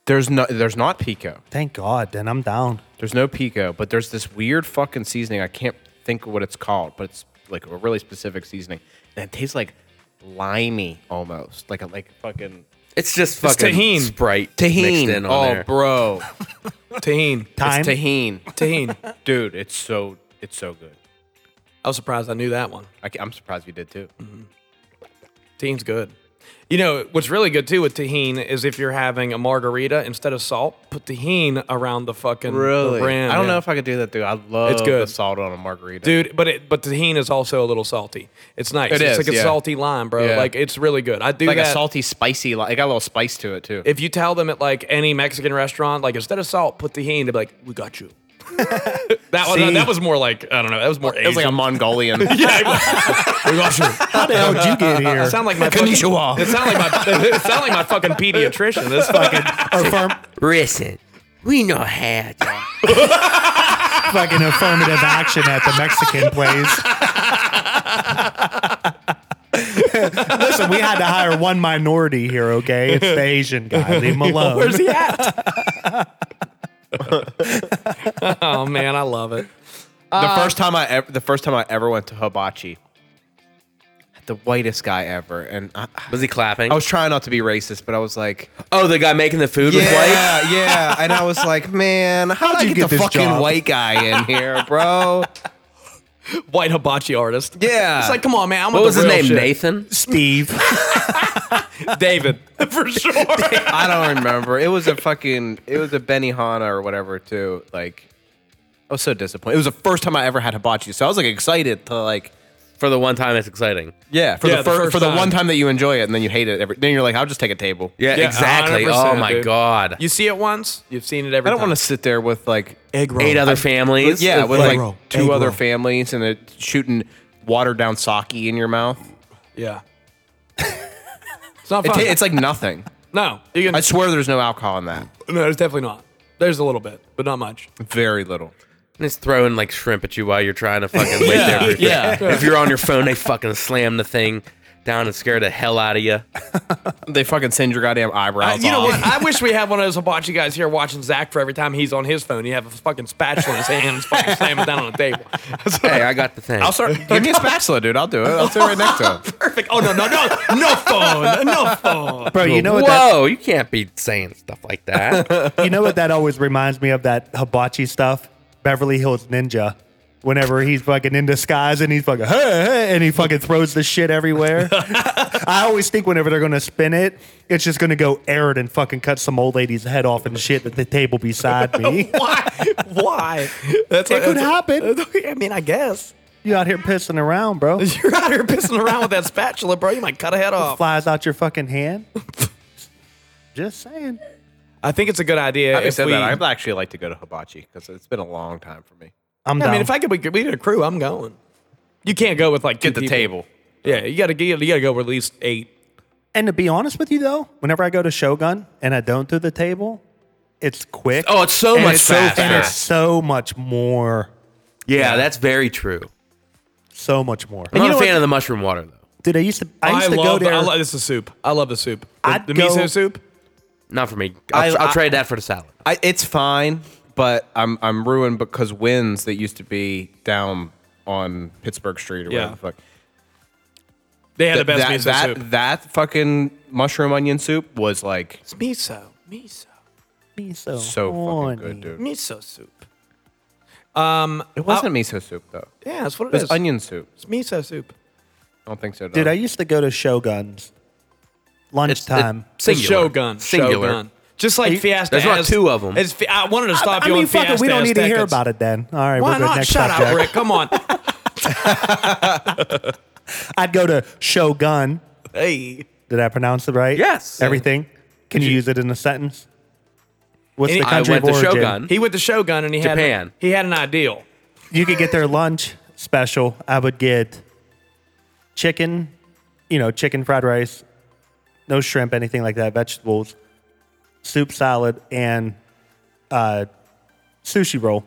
Speaker 3: There's no, there's not pico.
Speaker 4: Thank God. Then I'm down.
Speaker 3: There's no pico, but there's this weird fucking seasoning. I can't think of what it's called, but it's like a really specific seasoning, and it tastes like limey almost, like a like fucking
Speaker 2: It's just fucking
Speaker 1: tahini.
Speaker 2: Sprite mixed in on
Speaker 3: oh,
Speaker 2: there.
Speaker 3: bro,
Speaker 1: tahine.
Speaker 4: Time.
Speaker 3: it's tahine,
Speaker 1: Tahine.
Speaker 3: dude. It's so it's so good.
Speaker 1: I was surprised I knew that one.
Speaker 2: Mm-hmm.
Speaker 3: I, am surprised you did too.
Speaker 1: Taheen's good. You know, what's really good too with tahine is if you're having a margarita instead of salt, put tahine around the fucking the
Speaker 3: Really?
Speaker 1: rim,
Speaker 3: I don't
Speaker 1: yeah.
Speaker 3: know if I could do that, dude. I love
Speaker 1: It's good.
Speaker 3: the salt on a margarita.
Speaker 1: Dude, but it, but tahine is also a little salty. It's nice.
Speaker 3: It
Speaker 1: it's
Speaker 3: is,
Speaker 1: like a
Speaker 3: yeah.
Speaker 1: salty lime, bro.
Speaker 3: Yeah.
Speaker 1: Like it's really good. I do
Speaker 3: like
Speaker 1: that.
Speaker 3: a salty, spicy. Like, it got a little spice to it too.
Speaker 1: if you tell them at like any Mexican restaurant, like instead of salt, put tahine, they'd be like, "We got you." that was
Speaker 4: See?
Speaker 1: that was more like I don't know. That was more.
Speaker 3: it was like a
Speaker 1: Asian.
Speaker 3: Mongolian.
Speaker 1: we got you.
Speaker 4: How the hell did you get here?
Speaker 1: It sound like my fucking, it sound
Speaker 4: Konnichiwa.
Speaker 1: like my it sound like my fucking pediatrician. This fucking
Speaker 4: Or firm,
Speaker 2: Listen, we know how to.
Speaker 4: fucking affirmative action at the Mexican place. Listen, we had to hire one minority here, okay? It's the Asian guy. Leave him alone.
Speaker 1: where's he at? oh man, I love it.
Speaker 3: the first time I ever, the first time I ever went to hibachi, the whitest guy ever, and I,
Speaker 2: Was he clapping?
Speaker 3: I was trying not to be racist, but I was like,
Speaker 2: oh, the guy making the food was white.
Speaker 3: yeah, yeah, and I was like, man, how did
Speaker 4: How'd
Speaker 3: I
Speaker 4: you
Speaker 3: get,
Speaker 4: get
Speaker 3: the
Speaker 4: this
Speaker 3: fucking
Speaker 4: job?
Speaker 3: white guy in here, bro?
Speaker 1: White hibachi artist.
Speaker 3: Yeah.
Speaker 1: It's like, come on, man. I'm
Speaker 2: What
Speaker 1: with
Speaker 2: was
Speaker 1: the
Speaker 2: his
Speaker 1: real
Speaker 2: name?
Speaker 1: shit.
Speaker 2: Nathan.
Speaker 4: Steve.
Speaker 1: David, for sure.
Speaker 3: I don't remember. It was a fucking, it was a Benihana or whatever too. Like, I was so disappointed. It was the first time I ever had hibachi, so I was like excited to like.
Speaker 2: For the one time, it's exciting.
Speaker 3: Yeah, for
Speaker 1: Yeah,
Speaker 3: the,
Speaker 1: the
Speaker 3: fir-
Speaker 1: first
Speaker 3: for the
Speaker 1: time.
Speaker 3: one time that you enjoy it and then you hate it every then you're like, I'll just take a table.
Speaker 2: Yeah,
Speaker 1: Yeah,
Speaker 2: exactly. Oh
Speaker 1: 100%,
Speaker 2: my
Speaker 1: dude.
Speaker 2: god.
Speaker 1: You see it once, you've seen it every
Speaker 3: I don't
Speaker 1: time.
Speaker 3: want to sit there with like
Speaker 1: egg roll.
Speaker 2: Eight other families.
Speaker 3: yeah, with like
Speaker 1: roll, egg
Speaker 3: two other
Speaker 1: roll.
Speaker 3: families and they're shooting watered down sake in your mouth.
Speaker 1: Yeah. it's not
Speaker 3: It
Speaker 1: fun.
Speaker 3: ta- it's like nothing.
Speaker 1: no, you can,
Speaker 3: I swear there's no alcohol in that.
Speaker 1: no, there's definitely not. There's a little bit, but not much.
Speaker 3: Very little.
Speaker 2: And it's throwing like shrimp at you while you're trying to fucking wait there. for-
Speaker 3: yeah.
Speaker 2: If you're on your phone, they fucking slam the thing down and scare the hell out of you.
Speaker 3: They fucking send your goddamn eyebrows
Speaker 1: you know
Speaker 3: off.
Speaker 1: what? I wish we had one of those hibachi guys here watching Zach for every time he's on his phone. You have a fucking spatula in his hand and it's fucking slamming down on the table.
Speaker 2: Hey, I got the thing.
Speaker 3: I'll start give me a spatula, dude. I'll do it. I'll sit right next to him.
Speaker 1: Perfect. Oh, no, no, no. No phone. No phone.
Speaker 4: Bro, you know what that
Speaker 2: Whoa, you can't be saying stuff like that.
Speaker 4: you know what that always reminds me of that hibachi stuff? Beverly Hills Ninja. Whenever he's fucking in disguise and he's fucking hey, hey, and he fucking throws the shit everywhere. I always think whenever they're gonna spin it, it's just gonna go arid and fucking cut some old lady's head off and shit at the table beside me.
Speaker 1: Why? Why? That's
Speaker 4: It could happen.
Speaker 1: I mean, I guess.
Speaker 4: You out here pissing around, bro.
Speaker 1: You're out here pissing around with that spatula, bro. You might cut a head off.
Speaker 4: Flies out your fucking hand. Just saying.
Speaker 1: I think it's a good idea.
Speaker 3: Having
Speaker 1: if
Speaker 3: said
Speaker 1: we,
Speaker 3: that, I'd actually like to go to hibachi because it's been a long time for me.
Speaker 4: I'm
Speaker 1: I
Speaker 4: down.
Speaker 1: mean, if I could, we could- we need a crew. I'm going. You can't go with like two
Speaker 3: Get the
Speaker 1: people.
Speaker 3: table.
Speaker 1: Yeah, you gotta get. You gotta go with at least eight.
Speaker 4: and to be honest with you though, whenever I go to Shogun and I don't do the table, it's quick.
Speaker 2: oh, it's so
Speaker 4: And
Speaker 2: much
Speaker 4: it's so
Speaker 2: faster.
Speaker 4: and it's so much more,
Speaker 2: yeah, that's very true.
Speaker 4: so much more.
Speaker 2: I'm not a fan of the mushroom water though.
Speaker 4: Dude, I used to, I used to
Speaker 1: love.
Speaker 4: go there.
Speaker 1: I love this is soup. I love the soup. The,
Speaker 4: I'd
Speaker 1: the
Speaker 4: go-
Speaker 1: miso soup.
Speaker 2: Not for me. I'll,
Speaker 3: I-
Speaker 2: I, will
Speaker 3: I-
Speaker 2: trade that for the salad.
Speaker 3: I, it's fine, but I'm I'm ruined because wins that used to be down on Pittsburgh Street or
Speaker 1: Yeah.
Speaker 3: whatever the fuck.
Speaker 1: They had the best
Speaker 3: that,
Speaker 1: miso
Speaker 3: that,
Speaker 1: soup.
Speaker 3: that fucking mushroom onion soup was like
Speaker 1: It's miso, miso,
Speaker 4: Be so
Speaker 3: so
Speaker 4: horny.
Speaker 3: fucking good, dude.
Speaker 1: miso soup.
Speaker 3: It
Speaker 1: Uh,
Speaker 3: wasn't miso soup though. It
Speaker 1: Yeah, that's what it
Speaker 3: was
Speaker 1: is.
Speaker 3: onion soup.
Speaker 1: It's miso soup.
Speaker 3: I don't think so.
Speaker 4: Dude,
Speaker 3: no.
Speaker 4: I used to go to Shoguns lunchtime.
Speaker 2: It's singular.
Speaker 1: Shogun.
Speaker 2: Singular.
Speaker 1: Shogun. Just like
Speaker 4: you-
Speaker 1: Fiesta.
Speaker 2: There's not
Speaker 1: has-
Speaker 2: two of 'em.
Speaker 1: It's, Fi- I wanted to stop
Speaker 4: I
Speaker 1: you
Speaker 4: mean,
Speaker 1: on
Speaker 4: fuck
Speaker 1: Fiesta.
Speaker 4: it. We don't need to hear about it then. All right,
Speaker 1: Why
Speaker 4: we're good.
Speaker 1: not?
Speaker 4: Next
Speaker 1: Shut
Speaker 4: subject.
Speaker 1: up, Rick. Come on.
Speaker 4: I'd go to Shogun.
Speaker 1: hey.
Speaker 4: Did I pronounce it right?
Speaker 2: Yes.
Speaker 4: Everything. Can you, use it in a sentence? What's
Speaker 1: Any-
Speaker 4: the
Speaker 1: I
Speaker 4: country
Speaker 2: went
Speaker 4: of
Speaker 2: to
Speaker 4: origin?
Speaker 2: Shogun.
Speaker 1: He went to Shogun and he had
Speaker 2: Japan.
Speaker 1: he had an ideal.
Speaker 4: You could get their lunch special. I would get chicken, you know, chicken fried rice, no shrimp, anything like that, vegetables, soup, salad, and uh, sushi roll.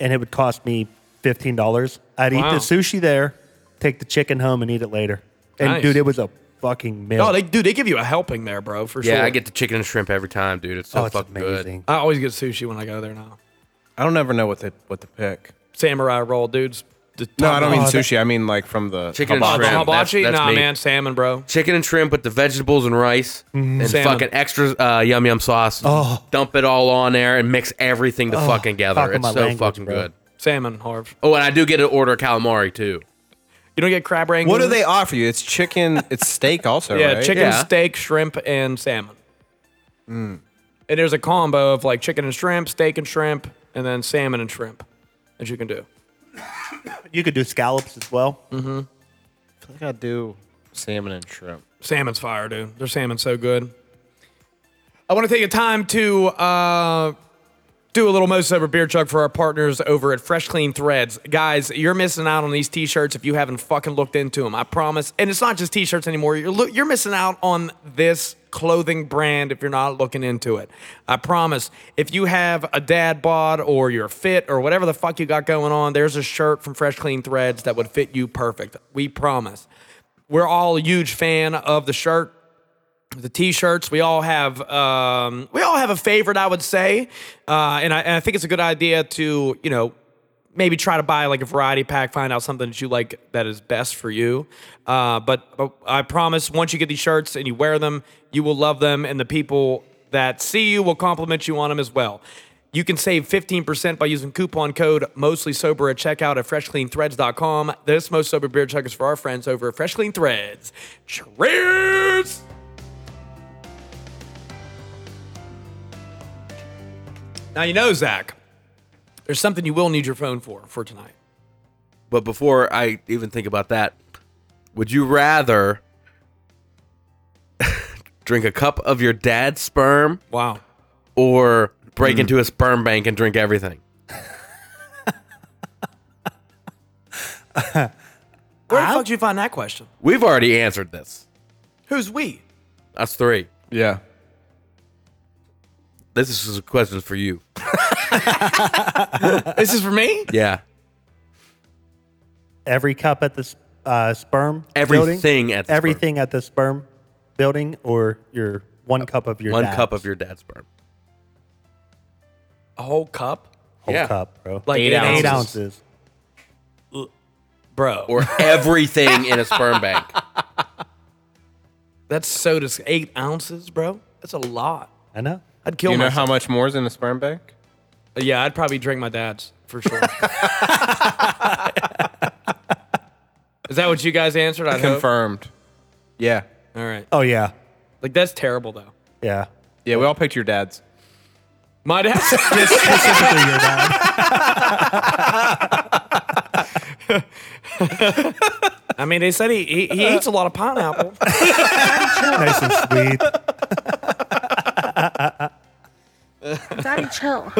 Speaker 4: And it would cost me $15. I'd eat
Speaker 1: Wow.
Speaker 4: the sushi there, take the chicken home, and eat it later. And
Speaker 1: Nice.
Speaker 4: dude, it was a fucking meal.
Speaker 1: Oh, they do. They give you a helping there, bro. For
Speaker 2: Yeah,
Speaker 1: sure.
Speaker 2: I get the chicken and shrimp every time, dude. It's so
Speaker 4: Oh, it's
Speaker 2: fucking
Speaker 4: amazing.
Speaker 2: good.
Speaker 1: I always get sushi when I go there now.
Speaker 3: I don't ever know what to what to pick.
Speaker 1: Samurai roll, dudes. The
Speaker 3: No,
Speaker 1: top
Speaker 3: I don't mean
Speaker 1: notch.
Speaker 3: sushi. I mean like from the
Speaker 2: Chicken and
Speaker 1: Oh, the
Speaker 2: shrimp.
Speaker 1: hibachi.
Speaker 2: That's- that's
Speaker 1: nah,
Speaker 2: me.
Speaker 1: man, salmon, bro.
Speaker 2: Chicken and shrimp with the vegetables and rice and
Speaker 1: Salmon.
Speaker 2: fucking extra uh, yum yum sauce. Oh. Dump it all on there and mix everything to fucking together.
Speaker 4: fucking
Speaker 2: It's
Speaker 4: my
Speaker 2: so
Speaker 4: language,
Speaker 2: fucking
Speaker 4: bro.
Speaker 2: good.
Speaker 1: Salmon, Harv.
Speaker 2: Oh, and I do get an order of calamari too.
Speaker 1: You don't get crab rangoons.
Speaker 3: What do they offer you? It's chicken. It's steak also.
Speaker 1: Yeah,
Speaker 3: right?
Speaker 1: chicken,
Speaker 2: Yeah.
Speaker 1: steak, shrimp, and salmon. And there's a combo of like chicken and shrimp, steak and shrimp, and then salmon and shrimp that you can do.
Speaker 4: You could do scallops as well.
Speaker 3: I think I do salmon and shrimp.
Speaker 1: Salmon's fire, dude. Their salmon's so good. I want to take a time to uh, do a little most sober beer chug for our partners over at Fresh Clean Threads. Guys, you're missing out on these t-shirts if you haven't fucking looked into them. I promise. And it's not just t-shirts anymore. You're lo- you're missing out on this clothing brand if you're not looking into it. I promise. If you have a dad bod or you're fit or whatever the fuck you got going on, there's a shirt from Fresh Clean Threads that would fit you perfect. We promise we're all a huge fan of the shirt the t-shirts we all have um, we all have a favorite i would say uh, and, I, and i think it's a good idea to you know maybe try to buy like a variety pack find out something that you like that is best for you uh, but, but i promise once you get these shirts and you wear them you will love them and the people that see you will compliment you on them as well you can save 15% by using coupon code mostly sober at checkout at freshcleanthreads.com this most sober beer check is for our friends over at fresh clean threads cheers Now you know, Zach. There's something you will need your phone for for tonight.
Speaker 2: But before I even think about that, would you rather drink a cup of your dad's sperm
Speaker 1: Wow.
Speaker 2: or break into a sperm bank and drink everything?
Speaker 1: Where the fuck did you find that question?
Speaker 2: We've already answered this.
Speaker 1: Who's we?
Speaker 2: That's three.
Speaker 3: Yeah.
Speaker 2: This is a question for you.
Speaker 1: this is for me.
Speaker 2: Yeah.
Speaker 4: Every cup at the s- uh, sperm
Speaker 2: Everything
Speaker 4: building?
Speaker 2: at the sperm.
Speaker 4: everything at the sperm building, or your one cup of your
Speaker 2: Uh, One
Speaker 4: dad's?
Speaker 2: cup of your dad's sperm.
Speaker 1: A whole cup,
Speaker 4: whole
Speaker 2: Yeah.
Speaker 4: cup, bro.
Speaker 1: like
Speaker 2: Eight
Speaker 4: eight
Speaker 2: ounces.
Speaker 4: ounces.
Speaker 1: bro.
Speaker 2: Or everything in a sperm bank.
Speaker 1: That's so dis- eight ounces, bro. That's a lot.
Speaker 4: I know.
Speaker 1: I'd
Speaker 3: Do
Speaker 1: kill
Speaker 3: you know how
Speaker 1: myself.
Speaker 3: much more is in a sperm bank?
Speaker 1: Uh, yeah, I'd probably drink my dad's for sure. is that what you guys answered? I hope.
Speaker 3: Confirmed. Yeah.
Speaker 1: All right.
Speaker 4: Oh yeah,
Speaker 1: Like that's terrible though.
Speaker 4: yeah.
Speaker 3: Yeah, we all picked your dad's.
Speaker 1: My dad's.
Speaker 4: Specifically your dad.
Speaker 1: I mean, they said he, he he eats a lot of pineapple.
Speaker 4: nice and sweet.
Speaker 5: Daddy, chill.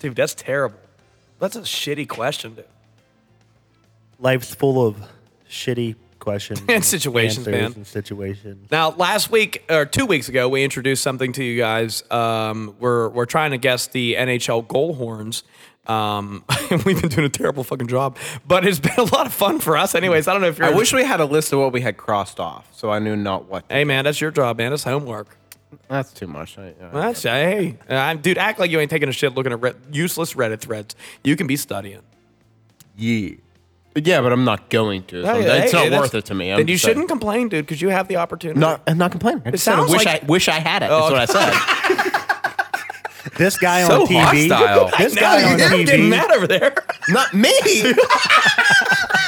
Speaker 1: Dude, that's terrible. That's a shitty question, dude.
Speaker 4: Life's full of shitty questions
Speaker 1: situations,
Speaker 4: answers
Speaker 1: man.
Speaker 4: and situations.
Speaker 1: Now, last week or two weeks ago, we introduced something to you guys. Um, we're we're trying to guess the NHL goal horns. Um, we've been doing a terrible fucking job, but it's been a lot of fun for us. Anyways, I don't know if you're.
Speaker 3: I wish we had a list of what we had crossed off, so I knew not what.
Speaker 1: Hey man, that's your job, man. That's homework.
Speaker 3: That's too much. I, I-
Speaker 1: That's hey, Uh, I'm, dude. Act like you ain't taking a shit looking at re- useless Reddit threads. You can be studying.
Speaker 2: Yeah.
Speaker 3: yeah, but I'm not going to. So
Speaker 1: Hey,
Speaker 3: Oh, it's
Speaker 1: hey,
Speaker 3: not
Speaker 1: that's-
Speaker 3: worth it to me. I'm
Speaker 1: then you
Speaker 3: just saying.
Speaker 1: shouldn't complain, dude, because you have the opportunity.
Speaker 3: Not, I'm not complaining. I just said I
Speaker 1: sounds
Speaker 3: wish
Speaker 1: like-
Speaker 3: I wish I had it.
Speaker 1: Oh,
Speaker 3: That's what I said.
Speaker 4: This guy
Speaker 2: So
Speaker 4: on TV.
Speaker 2: hostile.
Speaker 4: This
Speaker 1: Now
Speaker 4: guy on
Speaker 1: you're getting
Speaker 4: TV.
Speaker 1: mad over there.
Speaker 3: not me.
Speaker 2: You're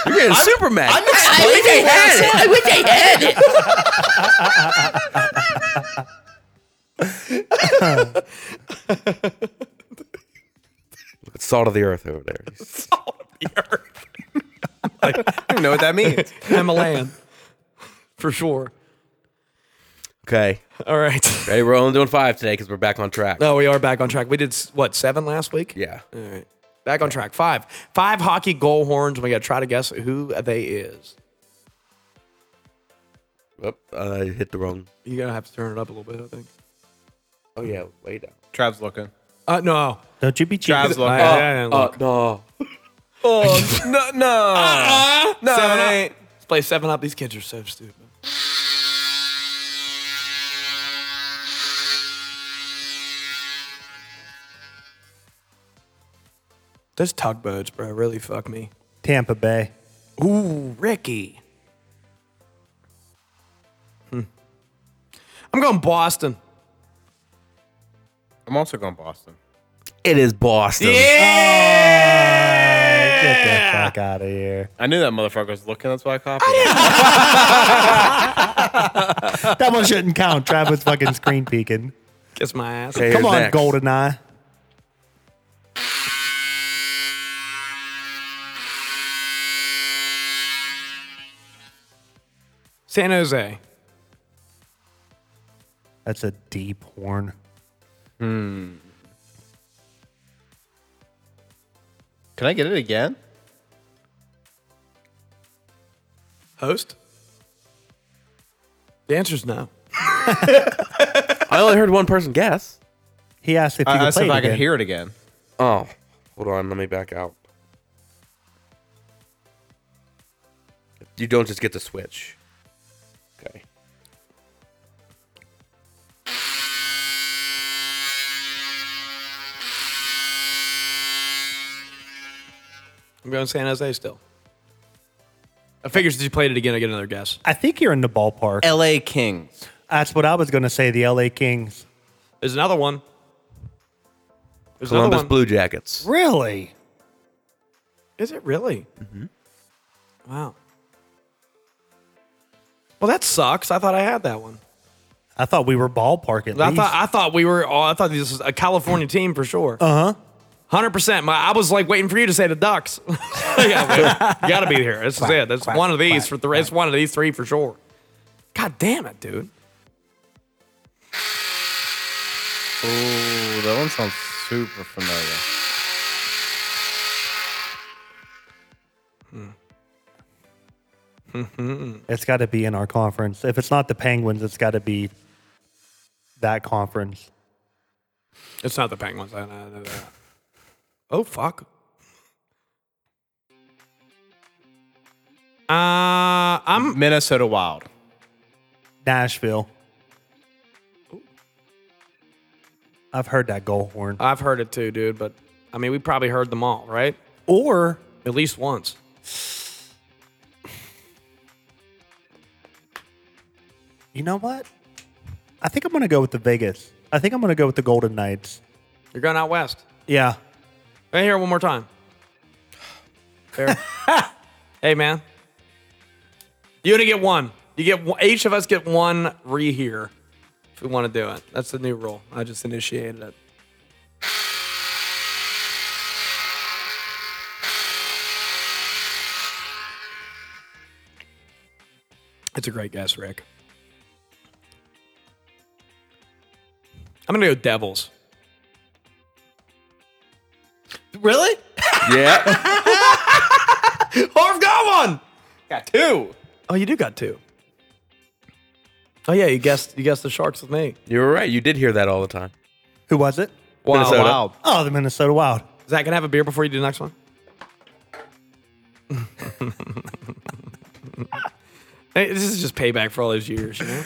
Speaker 2: getting super mad.
Speaker 3: I'm explaining.
Speaker 2: I wish I had it. Salt of the earth over there.
Speaker 3: I don't know what that means.
Speaker 1: Himalayan, for sure.
Speaker 2: Okay.
Speaker 1: All right.
Speaker 2: Ready? We're only doing five today because we're back on track.
Speaker 1: No, we are back on track. We did s- what seven last week.
Speaker 2: Yeah.
Speaker 1: All right. Back on track. Five. Five hockey goal horns. We got to try to guess who they is.
Speaker 2: Oop, I hit the wrong.
Speaker 1: You gotta have to turn it up a little bit. I think.
Speaker 2: Oh, yeah. Way down.
Speaker 3: Trav's looking.
Speaker 1: Uh, no.
Speaker 4: Don't you be cheating.
Speaker 3: Drives like-
Speaker 1: I- I didn't
Speaker 2: Oh,
Speaker 1: look.
Speaker 2: no.
Speaker 3: Oh no, no, no!
Speaker 1: Seven
Speaker 3: it
Speaker 1: up.
Speaker 3: ain't.
Speaker 1: Let's play seven up. These kids are so stupid. Those tugboats, bro, really fuck me.
Speaker 4: Tampa Bay.
Speaker 1: Ooh, Ricky. Hmm. I'm going Boston.
Speaker 3: I'm also going Boston.
Speaker 2: It is Boston.
Speaker 4: Get the fuck out of here.
Speaker 3: I knew that motherfucker was looking. That's why I copied it.
Speaker 4: That one shouldn't count. Trav was fucking screen peeking.
Speaker 1: Kiss my ass.
Speaker 4: Come
Speaker 2: Here's
Speaker 4: on,
Speaker 2: next.
Speaker 4: Goldeneye.
Speaker 1: San Jose.
Speaker 4: That's a deep horn.
Speaker 3: Can I get it again?
Speaker 1: Host? The answer's no.
Speaker 2: I only heard one person guess.
Speaker 4: He asked if you
Speaker 3: I
Speaker 4: could
Speaker 3: asked
Speaker 4: play
Speaker 3: if
Speaker 4: it
Speaker 3: I could
Speaker 4: again.
Speaker 3: hear it again.
Speaker 2: Oh, hold on. Let me back out. You don't just get to switch. Okay.
Speaker 1: I'm going San Jose still. I figures if you played it again, I get another guess.
Speaker 4: I think you're in the ballpark.
Speaker 3: L.A. Kings.
Speaker 4: That's what I was going to say. The LA Kings.
Speaker 1: There's another one. There's
Speaker 2: Columbus
Speaker 1: another one.
Speaker 2: Blue Jackets.
Speaker 4: Really?
Speaker 1: Is it really? Mm-hmm. Wow. Well, that sucks. I thought I had that one.
Speaker 4: I thought we were ballpark at
Speaker 1: I
Speaker 4: least.
Speaker 1: thought I thought we were. all I thought this was a California team for sure. Uh huh. Hundred percent. My I was like waiting for you to say the Ducks. yeah, you gotta be here. This is it. That's one of these for three. It's one of these three for sure. God damn it, dude.
Speaker 3: Ooh, that one sounds super familiar.
Speaker 4: it's got to be in our conference. If it's not the Penguins, it's got to be that conference.
Speaker 1: It's not the Penguins. I know, I know that. Oh fuck. Uh, I'm
Speaker 3: Minnesota Wild.
Speaker 4: Nashville. I've heard that goal
Speaker 3: Uh,
Speaker 4: horn.
Speaker 1: I've heard it too, dude. But I mean, we probably heard them all, right?
Speaker 4: Or
Speaker 1: At least once.
Speaker 4: you know what? I think I'm going to go with the Vegas. I think I'm going to go with the Golden Knights.
Speaker 1: You're going out west.
Speaker 4: Yeah.
Speaker 1: Right here, one more time. There. hey, man. You only get one. You get one, each of us get one rehear if we want to do it. That's the new rule. I just initiated it. It's a great guess, Rick. I'm gonna go Devils.
Speaker 3: Really?
Speaker 2: Yeah.
Speaker 1: Harv got one.
Speaker 3: Got two.
Speaker 1: Oh, you do got two. Oh yeah, you guessed you guessed the sharks with me.
Speaker 2: you were right. You did hear that all the time.
Speaker 4: Who was it?
Speaker 1: Wow,
Speaker 2: Minnesota.
Speaker 1: wow.
Speaker 4: Oh, the Minnesota Wild.
Speaker 1: Zach, can I have a beer before you do the next one? Hey, this is just payback for all those years, you know?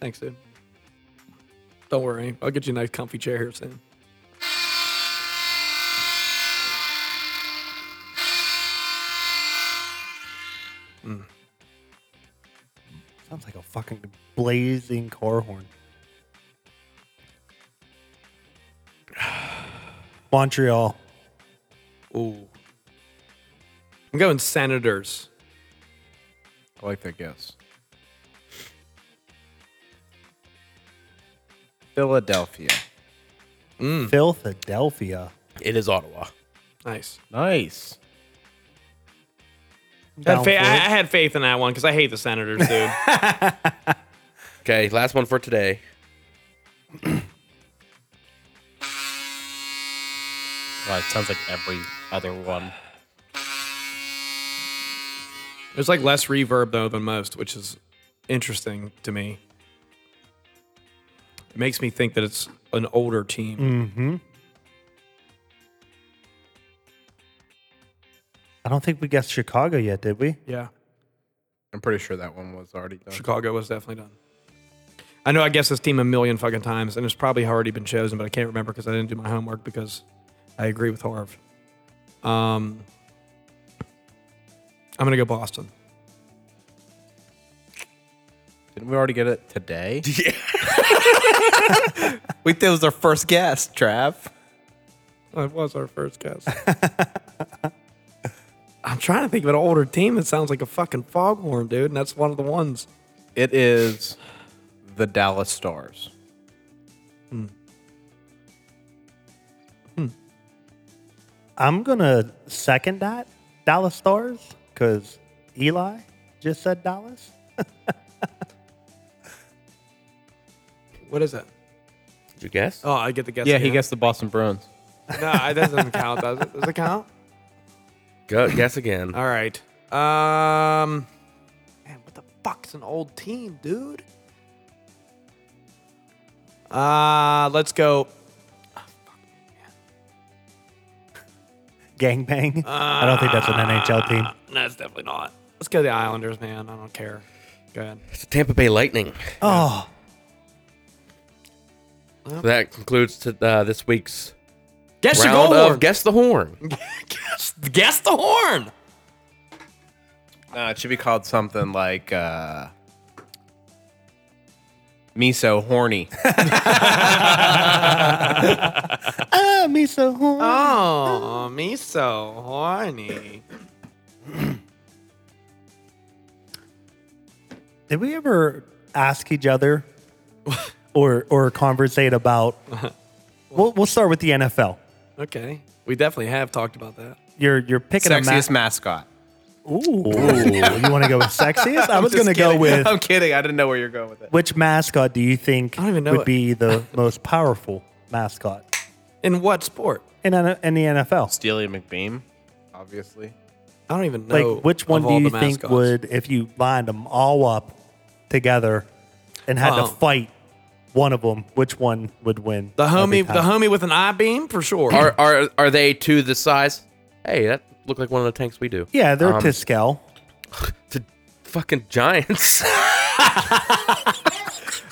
Speaker 1: Thanks, dude. Don't worry. I'll get you a nice comfy chair here soon.
Speaker 4: Sounds like a fucking blazing car horn. Montreal.
Speaker 1: Ooh. I'm going Senators.
Speaker 3: I like that guess. Philadelphia.
Speaker 1: Hmm.
Speaker 4: Philadelphia.
Speaker 2: It is Ottawa.
Speaker 1: Nice.
Speaker 3: Nice.
Speaker 1: I had,
Speaker 4: Down
Speaker 1: fa- I, I
Speaker 4: for it.
Speaker 1: had faith in that one because I hate the Senators, dude.
Speaker 2: Okay, last one for today.
Speaker 3: Wow, it sounds like every other one.
Speaker 1: There's like less reverb though than most, which is interesting to me. It makes me think that it's an older team.
Speaker 4: I don't think we guessed Chicago yet, did we?
Speaker 1: Yeah.
Speaker 3: I'm pretty sure that one was already done.
Speaker 1: Chicago was definitely done. I know I guess this team a million fucking times, and it's probably already been chosen, but I can't remember because I didn't do my homework because I agree with Harv. Um, I'm gonna go Boston.
Speaker 3: Didn't we already get it today?
Speaker 8: We it was our first guest, Trav.
Speaker 1: That was our first guess. I'm trying to think of an older team that sounds like a fucking foghorn, dude, and that's one of the ones.
Speaker 3: It is the Dallas Stars.
Speaker 4: I'm gonna second that Dallas Stars because Eli just said Dallas.
Speaker 1: What is it?
Speaker 2: Did you guess?
Speaker 1: Oh, I get the guess.
Speaker 3: Yeah, he
Speaker 1: again.
Speaker 3: gets the Boston Bruins.
Speaker 1: No, that doesn't count. Does it? Does it count?
Speaker 2: Go, guess again.
Speaker 1: All right. Um, man, what the fuck's an old team, dude? Uh, let's go.
Speaker 4: Gangbang.
Speaker 1: Uh,
Speaker 4: I don't think that's an NHL team.
Speaker 1: No, it's definitely not. Let's go the Islanders, man. I don't care. Go ahead.
Speaker 2: It's the Tampa Bay Lightning.
Speaker 4: Oh,
Speaker 2: That concludes to, uh, this week's
Speaker 1: Guess your
Speaker 2: round
Speaker 1: goal
Speaker 2: of
Speaker 1: horn.
Speaker 2: Guess the Horn.
Speaker 1: guess, guess the horn.
Speaker 3: Uh, it should be called something like uh, Me So Horny.
Speaker 4: ah, me so horny.
Speaker 1: Oh, me so horny.
Speaker 4: Did we ever ask each other or or conversate about? we'll, we'll start with the NFL.
Speaker 1: Okay, we definitely have talked about that.
Speaker 4: You're you're picking
Speaker 3: Sexiest
Speaker 4: a ma-
Speaker 3: mascot.
Speaker 4: Ooh, you want to go with sexiest? I was gonna go with
Speaker 3: I'm kidding. I didn't know where you're going with it.
Speaker 4: which mascot do you think
Speaker 1: I don't even know
Speaker 4: would
Speaker 1: it.
Speaker 4: be the most powerful mascot
Speaker 1: In what sport?
Speaker 4: in N- in the NFL?
Speaker 3: Steely McBeam, obviously.
Speaker 1: I don't even know.
Speaker 4: Like, which one
Speaker 1: oh, of
Speaker 4: do
Speaker 1: all
Speaker 4: you
Speaker 1: the
Speaker 4: think
Speaker 1: mascots.
Speaker 4: would, if you lined them all up together and had
Speaker 1: Oh.
Speaker 4: to fight one of them, which one would win?
Speaker 1: the
Speaker 4: every
Speaker 1: homie?
Speaker 4: time?
Speaker 1: The homie with an I beam for sure.
Speaker 2: Are, are are they to the size? Hey, that looked like one of the tanks we do.
Speaker 4: Yeah, they're
Speaker 2: Um,
Speaker 4: to scale.
Speaker 2: The fucking Giants.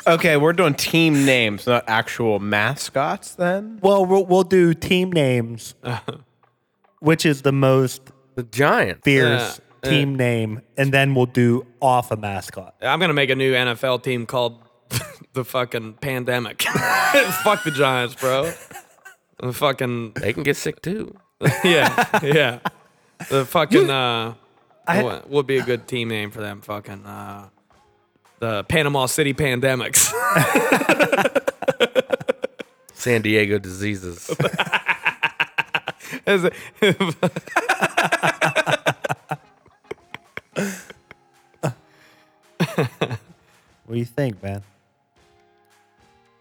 Speaker 3: Okay, we're doing team names, not actual mascots then.
Speaker 4: Well, we'll we'll do team names, which is the most
Speaker 2: the Giants.
Speaker 4: fierce
Speaker 1: Yeah,
Speaker 4: team name, and then we'll do off a mascot.
Speaker 1: I'm gonna make a new NFL team called the fucking pandemic. Fuck the Giants, bro. The fucking
Speaker 2: They can get sick too.
Speaker 1: yeah, yeah. The fucking uh,
Speaker 4: I-
Speaker 1: what would be a good team name for them? Fucking uh, the Panama City Pandemics.
Speaker 2: San Diego diseases.
Speaker 1: Is it-
Speaker 4: What do you think, man?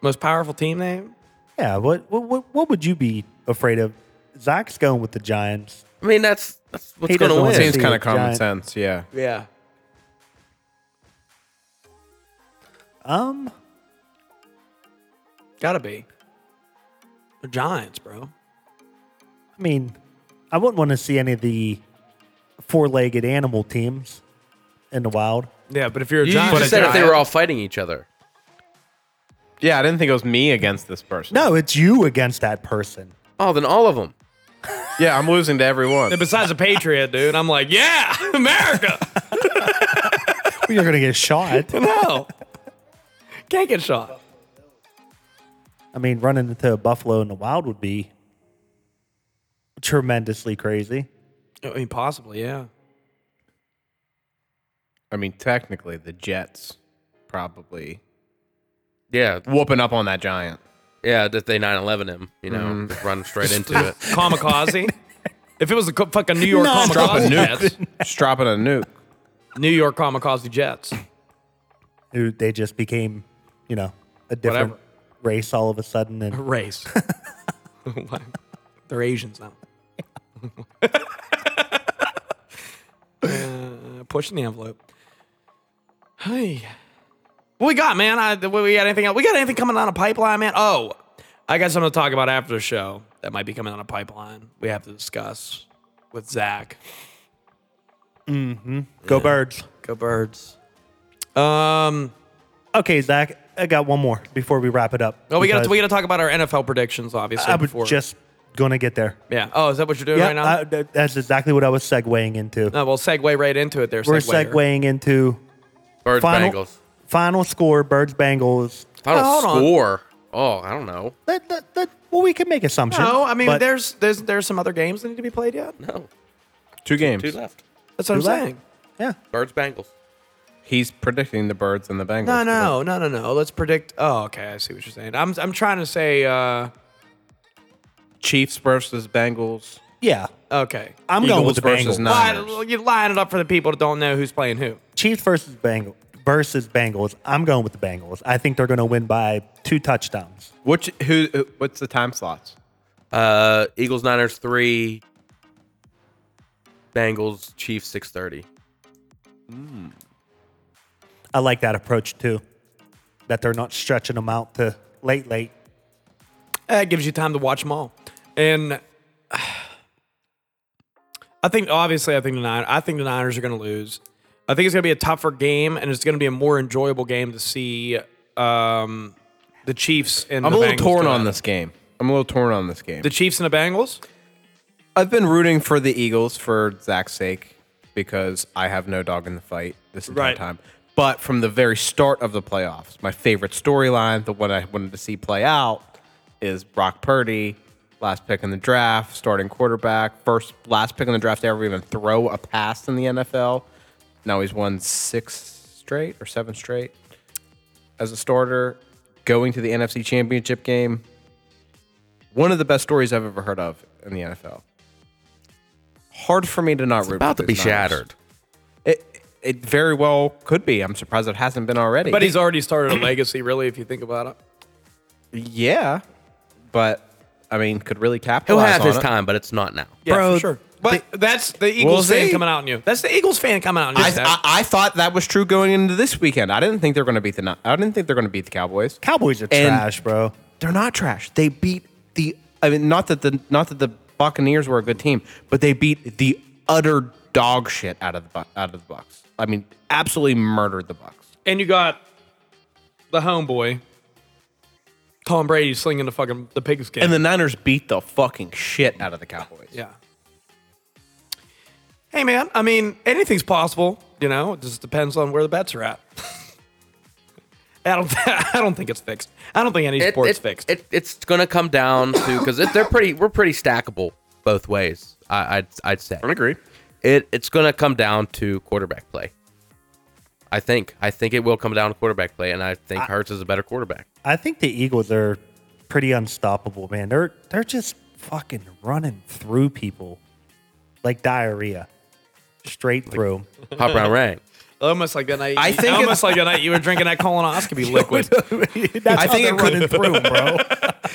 Speaker 1: Most powerful team name?
Speaker 4: Yeah, what what what, what would you be afraid of? Zach's going with the Giants.
Speaker 2: I mean, that's that's what's
Speaker 4: He
Speaker 2: going to
Speaker 4: doesn't want
Speaker 2: win.
Speaker 4: to
Speaker 3: Seems
Speaker 4: see
Speaker 3: kind
Speaker 4: a
Speaker 3: of common
Speaker 4: giant-
Speaker 3: sense, yeah.
Speaker 1: Yeah.
Speaker 4: Um,
Speaker 1: Gotta be. The Giants, bro.
Speaker 4: I mean, I wouldn't want to see any of the four-legged animal teams in the wild.
Speaker 1: Yeah, but if you're a
Speaker 2: You
Speaker 1: Giant,
Speaker 2: just said if they were all fighting each other.
Speaker 3: Yeah, I didn't think it was me against this person.
Speaker 4: No, it's you against that person.
Speaker 2: Oh, then all of them.
Speaker 3: Yeah, I'm losing to everyone.
Speaker 1: besides a Patriot, dude, I'm like, yeah, America.
Speaker 4: You're gonna get shot.
Speaker 1: No. Can't get shot.
Speaker 4: I mean, running into a buffalo in the wild would be tremendously crazy.
Speaker 1: I mean, possibly, yeah.
Speaker 3: I mean, technically, the Jets probably
Speaker 2: Yeah,
Speaker 3: whooping up on that giant.
Speaker 2: yeah. That they 9/11 him. You know, just run straight into it.
Speaker 1: Kamikaze. if it was a co- fucking New York
Speaker 4: No. Drop a
Speaker 1: Kamikaze
Speaker 3: nuke.
Speaker 1: Jets,
Speaker 3: Just dropping a nuke.
Speaker 1: New York Kamikaze Jets.
Speaker 4: who they just became, you know, a different
Speaker 1: Whatever.
Speaker 4: race all of a sudden. And
Speaker 1: Race. Why? They're Asians now. uh, pushing the envelope. Hey, what we got, man? I, what we got anything? Else? We got anything coming on a pipeline, man? Oh, I got something to talk about after the show that might be coming on a pipeline. We have to discuss with Zach.
Speaker 4: go birds.
Speaker 1: Go birds. Um.
Speaker 4: Okay, Zach, I got one more before we wrap it up.
Speaker 1: Oh, we got to we
Speaker 4: because
Speaker 1: got to talk about our NFL predictions, obviously.
Speaker 4: I was
Speaker 1: before.
Speaker 4: just gonna get there.
Speaker 1: yeah. Oh, is that what you're doing
Speaker 4: Yeah,
Speaker 1: right now? Oh,
Speaker 4: I- th- that's exactly what I was segueing into.
Speaker 1: no, we'll segue right into it. There,
Speaker 4: We're
Speaker 1: seguer.
Speaker 4: segueing into
Speaker 2: Birds
Speaker 4: Final-
Speaker 2: Bengals.
Speaker 4: Final score: Birds Bengals.
Speaker 2: Final
Speaker 1: Now, hold on.
Speaker 2: score. Oh, I don't know.
Speaker 4: That, that, that, well, we can make assumptions.
Speaker 1: No, I mean
Speaker 4: but
Speaker 1: there's there's there's some other games that need to be played yet.
Speaker 2: No,
Speaker 3: Two games.
Speaker 2: two left.
Speaker 1: That's what I'm
Speaker 4: Who's that?
Speaker 1: saying.
Speaker 4: yeah.
Speaker 2: Birds Bengals.
Speaker 3: He's predicting the birds and the Bengals.
Speaker 1: No, no, no, no, no. Let's predict. Oh, okay. I see what you're saying. I'm I'm trying to say. uh
Speaker 3: Chiefs versus Bengals.
Speaker 4: Yeah,
Speaker 1: Okay.
Speaker 4: I'm going
Speaker 3: Eagles
Speaker 4: with the
Speaker 3: versus
Speaker 4: Bengals.
Speaker 3: Niners.
Speaker 1: Line- you line it up for the people that don't know who's playing who.
Speaker 4: Chiefs versus Bengals versus Bengals. I'm going with the Bengals. I think they're going to win by two touchdowns.
Speaker 3: Which who? who- What's the time slots?
Speaker 2: Uh, Eagles Niners three. Bengals Chiefs six thirty.
Speaker 4: I like that approach too. That they're not stretching them out to late, late.
Speaker 1: That gives you time to watch them all. And I think obviously I think the Niners, I think the Niners are going to lose. I think it's going to be a tougher game and it's going to be a more enjoyable game to see um, the Chiefs and
Speaker 3: I'm
Speaker 1: the
Speaker 3: a little
Speaker 1: Bengals
Speaker 3: torn
Speaker 1: go at
Speaker 3: on
Speaker 1: it.
Speaker 3: this game. I'm a little torn on this game.
Speaker 1: The Chiefs and the Bengals?
Speaker 3: I've been rooting for the Eagles for Zach's sake because I have no dog in the fight this entire
Speaker 1: Right.
Speaker 3: time. But from the very start of the playoffs, my favorite storyline, the one I wanted to see play out, is Brock Purdy, last pick in the draft, starting quarterback, first last pick in the draft to ever even throw a pass in the NFL. Now he's won six straight or seven straight as a starter, going to the NFC Championship game. One of the best stories I've ever heard of in the NFL. Hard for me to not root
Speaker 2: About
Speaker 3: for
Speaker 2: to be
Speaker 3: these Niners.
Speaker 2: shattered.
Speaker 3: It, it very well could be. I'm surprised it hasn't been already.
Speaker 1: But he's already started a legacy, really, if you think about it.
Speaker 3: yeah, but I mean, could really
Speaker 2: He'll
Speaker 3: capitalize
Speaker 2: have
Speaker 3: on
Speaker 2: his
Speaker 3: it.
Speaker 2: time, but it's not now.
Speaker 1: Yeah,
Speaker 4: Bro,
Speaker 1: for sure. But that's the Eagles fan
Speaker 3: see.
Speaker 1: coming out on you. That's the Eagles fan coming out on you.
Speaker 3: I,
Speaker 1: Zach.
Speaker 3: I, I thought that was true going into this weekend. I didn't think they're going to beat the. Ni- I didn't think they're going to beat the Cowboys.
Speaker 4: Cowboys are
Speaker 3: And-
Speaker 4: trash, bro.
Speaker 3: They're not trash. They beat the. I mean, not that the not that the Buccaneers were a good team, but they beat the utter dog shit out of the Bu- out of the Bucks. I mean, absolutely murdered the Bucks.
Speaker 1: and you got the homeboy, Tom Brady, slinging the fucking the pigskin.
Speaker 3: And the Niners beat the fucking shit out of the Cowboys.
Speaker 1: Yeah. Hey, man. I mean, anything's possible. You know, it just depends on where the bets are at. I don't. I don't think it's fixed. I don't think any
Speaker 2: It-
Speaker 1: sport's
Speaker 2: it-
Speaker 1: fixed.
Speaker 2: it- it's gonna come down to because they're pretty. We're pretty stackable both ways. I, I'd I'd say. I agree. It it's gonna come down to quarterback play. I think. I think it will come down to quarterback play, and I think Hurts is a better quarterback.
Speaker 4: I think the Eagles are pretty unstoppable, man. They're they're just fucking running through people like diarrhea, straight through. 'em.
Speaker 2: Hop around rang.
Speaker 1: almost like that night.
Speaker 3: I
Speaker 1: I
Speaker 3: think
Speaker 1: think
Speaker 3: it-
Speaker 1: almost like that night you were drinking that colonoscopy liquid.
Speaker 4: That's
Speaker 3: I
Speaker 4: how
Speaker 3: think
Speaker 4: they're
Speaker 3: it could-
Speaker 4: running through, 'em, bro.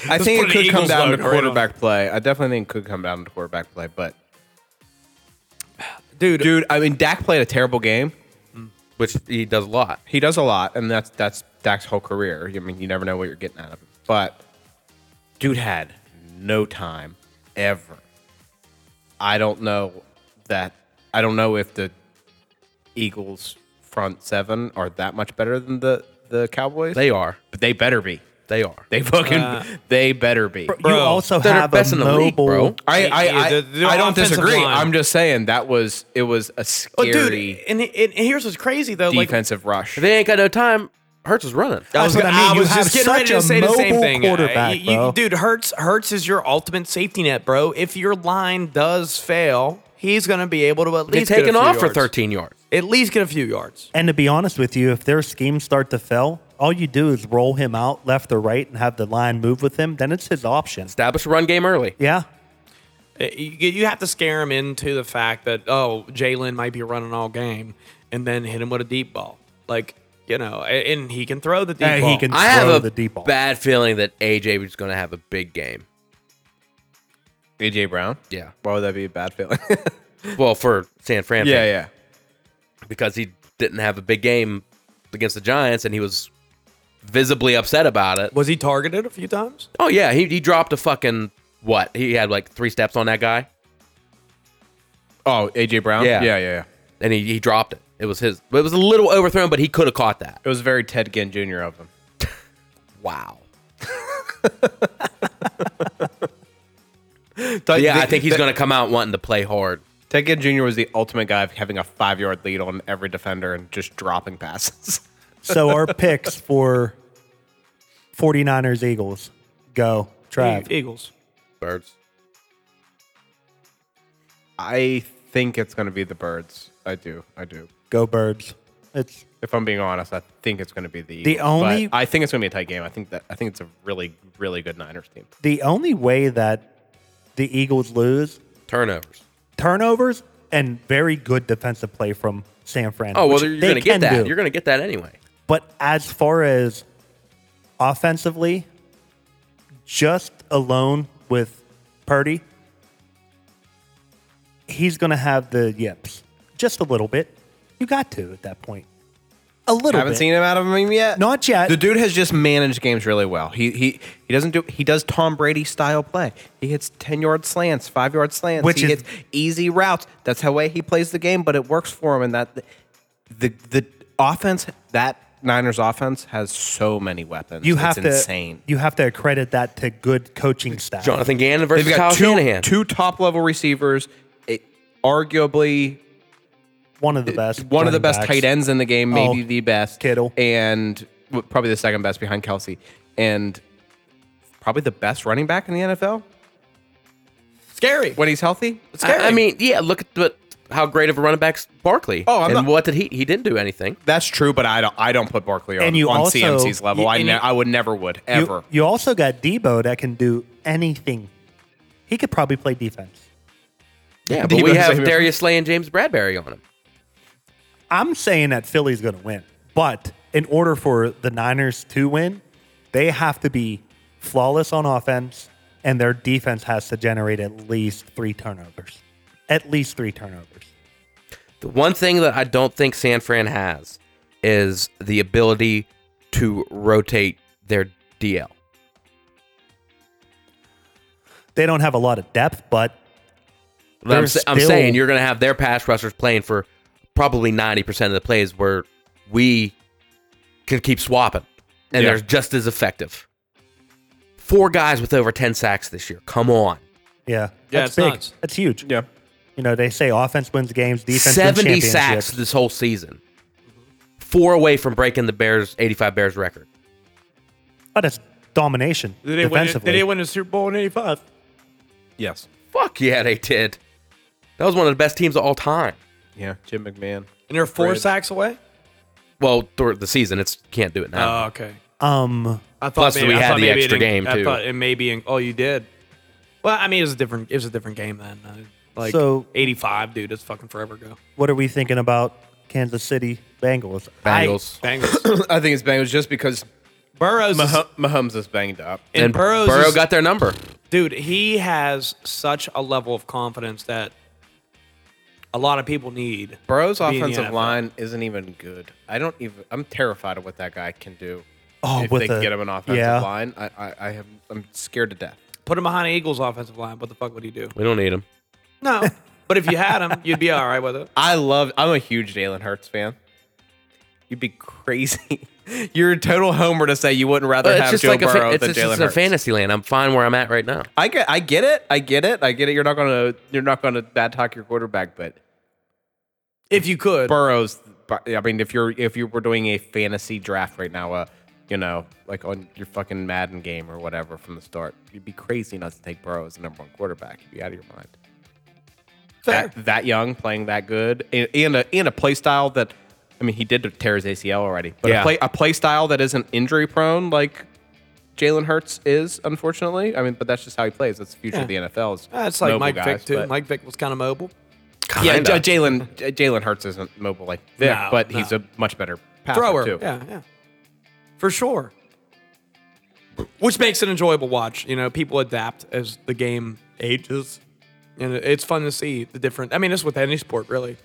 Speaker 3: I think
Speaker 1: put
Speaker 3: it
Speaker 1: an
Speaker 3: could come
Speaker 1: Eagles
Speaker 3: down to
Speaker 1: logo right on.
Speaker 3: quarterback play. I definitely think it could come down to quarterback play. But
Speaker 1: dude.
Speaker 3: dude, I mean, Dak played a terrible game.
Speaker 2: which he does a lot.
Speaker 3: He does a lot, and that's that's Dak's whole career. I mean, you never know what you're getting out of him. But dude had no time ever. I don't know that. I don't know if the Eagles front seven are that much better than the the Cowboys.
Speaker 2: They are.
Speaker 3: but they better be.
Speaker 2: They are.
Speaker 3: They fucking.
Speaker 1: Uh,
Speaker 3: they better be.
Speaker 4: you also
Speaker 2: they're
Speaker 4: have
Speaker 2: best
Speaker 4: a
Speaker 2: in the league,
Speaker 4: mobile.
Speaker 2: bro.
Speaker 3: I I,
Speaker 1: Yeah,
Speaker 3: I,
Speaker 1: the- the
Speaker 3: I don't
Speaker 1: offensive
Speaker 3: disagree.
Speaker 1: line.
Speaker 3: I'm just saying that was it was
Speaker 1: Oh,
Speaker 3: a scary
Speaker 1: dude. And, and, and here's what's crazy though. Like
Speaker 3: defensive rush.
Speaker 2: They ain't got no time. Hurts is running.
Speaker 1: I was,
Speaker 4: That's what
Speaker 1: gonna-
Speaker 4: I mean.
Speaker 1: I
Speaker 4: You
Speaker 1: was
Speaker 4: have
Speaker 1: just getting
Speaker 4: such
Speaker 1: ready to
Speaker 4: a
Speaker 1: say the same
Speaker 4: mobile
Speaker 1: thing. Uh,
Speaker 4: quarterback,
Speaker 1: you- you-
Speaker 4: bro.
Speaker 1: dude, Hurts Hurts is your ultimate safety net, bro. If your line does fail, he's going to be able to at
Speaker 2: He's
Speaker 1: least get a
Speaker 2: taking
Speaker 1: few
Speaker 2: off for
Speaker 1: yards.
Speaker 2: 13 yards.
Speaker 1: At least get a few yards.
Speaker 4: And to be honest with you, if their schemes start to fail, all you do is roll him out left or right and have the line move with him. Then it's his option.
Speaker 2: Establish a run game early.
Speaker 4: Yeah.
Speaker 1: Uh, You you have to scare him into the fact that oh, Jalen might be running all game, and then hit him with a deep ball. Like you know, a- and he can throw the deep
Speaker 4: Yeah, he
Speaker 1: ball.
Speaker 4: can-
Speaker 2: I have
Speaker 4: Throw
Speaker 2: a
Speaker 4: the deep ball.
Speaker 2: bad feeling that AJ was going to have a big game.
Speaker 3: AJ Brown.
Speaker 2: Yeah.
Speaker 3: Why would that be a bad feeling?
Speaker 2: Well, for San Fran,
Speaker 3: yeah, yeah.
Speaker 2: because he didn't have a big game against the Giants, and he was visibly upset about it.
Speaker 1: Was he targeted a few times?
Speaker 2: Oh yeah, he, he dropped a fucking what? He had like three steps on that guy,
Speaker 3: Oh, AJ Brown.
Speaker 2: Yeah.
Speaker 3: yeah, yeah. yeah.
Speaker 2: and he, he dropped it. It was his. It was a little overthrown, but he could have caught that.
Speaker 3: It was very Ted Ginn Jr. of him.
Speaker 2: Wow.
Speaker 3: Ted-
Speaker 2: Yeah, I think he's
Speaker 3: Ted-
Speaker 2: going to come out wanting to play hard.
Speaker 3: Ted Ginn Jr. was the ultimate guy of having a five yard lead on every defender and just dropping passes.
Speaker 4: So our picks for 49ers Eagles go Trav.
Speaker 1: E-, Eagles.
Speaker 2: Birds.
Speaker 3: I think it's going to be the birds. I do. I do.
Speaker 4: Go Birds. It's
Speaker 3: If I'm being honest, I think it's going to be the
Speaker 4: The
Speaker 3: Eagles,
Speaker 4: only-
Speaker 3: but I think it's going to be a tight game. I think that I think it's a really really good Niners team.
Speaker 4: the only way that the Eagles lose
Speaker 2: Turnovers.
Speaker 4: turnovers and very good defensive play from San Fran.
Speaker 2: Oh well,
Speaker 4: which
Speaker 2: you're
Speaker 4: they
Speaker 2: going to get
Speaker 4: can
Speaker 2: that.
Speaker 4: do.
Speaker 2: You're going to get that anyway.
Speaker 4: But as far as offensively, just alone with Purdy, he's going to have the yips just a little bit. You got to at that point. A little
Speaker 3: Haven't
Speaker 4: bit.
Speaker 3: seen him out of him yet.
Speaker 4: Not yet.
Speaker 3: The dude has just managed games really well. He he he doesn't do he does Tom Brady style play. He hits ten yard slants, five yard slants.
Speaker 4: Which
Speaker 3: he
Speaker 4: is-
Speaker 3: hits easy routes. That's how way he plays the game, but it works for him. And that the the offense that Niners offense has so many weapons.
Speaker 4: you have
Speaker 3: it's
Speaker 4: to
Speaker 3: insane.
Speaker 4: You have to accredit that to good coaching staff.
Speaker 2: Jonathan Gannon versus
Speaker 3: They've
Speaker 2: Kyle
Speaker 3: got two,
Speaker 2: Shanahan.
Speaker 3: two top level receivers. It, arguably
Speaker 4: one of the best.
Speaker 3: one of the
Speaker 4: running
Speaker 3: best
Speaker 4: backs.
Speaker 3: tight ends in the game, maybe
Speaker 4: Oh,
Speaker 3: the best.
Speaker 4: Kittle.
Speaker 3: and well, probably the second best behind Kelsey, and probably the best running back in the NFL
Speaker 8: Scary.
Speaker 3: when he's healthy. It's
Speaker 2: I,
Speaker 3: scary.
Speaker 2: I mean, yeah. Look at the, how great of a running back's Barkley.
Speaker 3: Oh, I'm
Speaker 2: and
Speaker 3: not-
Speaker 2: what did he? He didn't do anything.
Speaker 3: that's true, but I don't. I don't put Barkley on,
Speaker 4: And you
Speaker 3: on
Speaker 4: also-
Speaker 3: CMC's level. I,
Speaker 4: and
Speaker 3: ne-
Speaker 4: you-
Speaker 3: I would never would
Speaker 4: You-
Speaker 3: ever.
Speaker 4: you also got Debo that can do anything. He could probably play defense.
Speaker 2: Yeah,
Speaker 3: Debo
Speaker 2: but we
Speaker 3: is
Speaker 2: have
Speaker 3: like-
Speaker 2: Darius Slay and James Bradbury on him.
Speaker 4: I'm saying that Philly's going to win, but in order for the Niners to win, they have to be flawless on offense, and their defense has to generate at least three turnovers. At least three turnovers.
Speaker 2: The one thing that I don't think San Fran has is the ability to rotate their DL.
Speaker 4: They don't have a lot of depth, but
Speaker 2: But I'm,
Speaker 4: They're
Speaker 2: sa- I'm
Speaker 4: still-
Speaker 2: saying you're going to have their pass rushers playing for probably 90% of the plays where we can keep swapping and
Speaker 3: Yeah.
Speaker 2: they're just as effective. Four guys with over 10 sacks this year. Come on.
Speaker 4: yeah,
Speaker 8: Yeah,
Speaker 4: that's
Speaker 8: it's
Speaker 4: big.
Speaker 8: nuts.
Speaker 4: That's huge. You know, they say offense wins games, defense wins
Speaker 2: 70
Speaker 4: championships.
Speaker 2: sacks this whole season. Four away from breaking the Bears 85 Bears record.
Speaker 4: But it's domination
Speaker 1: Did they, win, did
Speaker 4: defensively.
Speaker 1: they win the Super Bowl in 85?
Speaker 3: Yes.
Speaker 2: Fuck yeah, they did. That was one of the best teams of all time.
Speaker 3: Yeah. Jim McMahon.
Speaker 1: And they're four
Speaker 3: Fred.
Speaker 1: sacks away?
Speaker 2: Well, throughout the season, it's can't do it now.
Speaker 1: Oh, okay.
Speaker 4: um,
Speaker 1: I thought
Speaker 2: Plus, we
Speaker 1: I
Speaker 2: had
Speaker 1: thought
Speaker 2: the
Speaker 1: maybe it
Speaker 2: extra
Speaker 1: didn't-
Speaker 2: game,
Speaker 1: I
Speaker 2: too.
Speaker 1: thought it maybe in, oh, you did. Well, I mean, it was a different. It was a different game then. uh, Like
Speaker 4: So-
Speaker 1: eighty five, dude. That's fucking forever ago.
Speaker 4: what are we thinking about Kansas City Bengals? I-
Speaker 2: Bengals.
Speaker 1: Bengals
Speaker 3: I think it's Bengals just because
Speaker 1: Burrows is-
Speaker 3: Mah- Mahomes is banged up.
Speaker 1: and,
Speaker 2: and
Speaker 1: Burrows.
Speaker 2: Burrow
Speaker 1: is-
Speaker 2: got their number.
Speaker 1: dude. He has such a level of confidence that a lot of people need.
Speaker 3: Burrow's
Speaker 1: to be in the
Speaker 3: offensive
Speaker 1: NFL.
Speaker 3: line isn't even good. I don't even. I'm terrified of what that guy can do.
Speaker 4: Oh,
Speaker 3: if
Speaker 4: with
Speaker 3: they
Speaker 4: a-
Speaker 3: get him an offensive
Speaker 4: yeah.
Speaker 3: line, I, I, I have, I'm scared to death.
Speaker 1: Put him behind the Eagles' offensive line. What the fuck would he do?
Speaker 2: We don't need him.
Speaker 1: No, but if you had him, you'd be all right with it.
Speaker 3: I love. I'm a huge Jalen Hurts fan. You'd be crazy. You're a total homer to say you wouldn't rather
Speaker 2: But it's
Speaker 3: have
Speaker 2: just
Speaker 3: Joe
Speaker 2: like a,
Speaker 3: Burrow
Speaker 2: fa- it's
Speaker 3: than
Speaker 2: just,
Speaker 3: Jalen
Speaker 2: a
Speaker 3: Hurts.
Speaker 2: fantasy land. I'm fine where I'm at right now.
Speaker 3: I get. I get it. I get it. I get it. You're not gonna. You're not gonna bad talk your quarterback, but
Speaker 1: If you could,
Speaker 3: Burrow's. I mean, if you're if you were doing a fantasy draft right now, uh, you know, like on your fucking Madden game or whatever from the start, you'd be crazy not to take Burrow as the number one quarterback. You'd be out of your mind.
Speaker 1: fair.
Speaker 3: That, that young, playing that good, and, and a and a play style that, I mean, he did tear his ACL already, but
Speaker 2: Yeah.
Speaker 3: a play a play style that isn't injury prone like Jalen Hurts is, unfortunately. I mean, but that's just how he plays. That's the future of the NFL. is
Speaker 1: That's like
Speaker 3: mobile
Speaker 1: Mike Vick
Speaker 3: guys,
Speaker 1: too.
Speaker 3: but-
Speaker 1: Mike Vick was kind of mobile.
Speaker 3: yeah,
Speaker 2: Kinda.
Speaker 3: J- Jalen J- Jalen Hurts isn't mobile like Vic,
Speaker 1: No,
Speaker 3: but
Speaker 1: no.
Speaker 3: he's a much better passer
Speaker 1: thrower.
Speaker 3: too.
Speaker 1: Yeah, yeah, for sure. Which makes it enjoyable watch. You know, people adapt as the game ages, and it- it's fun to see the different. I mean, it's with any sport, really.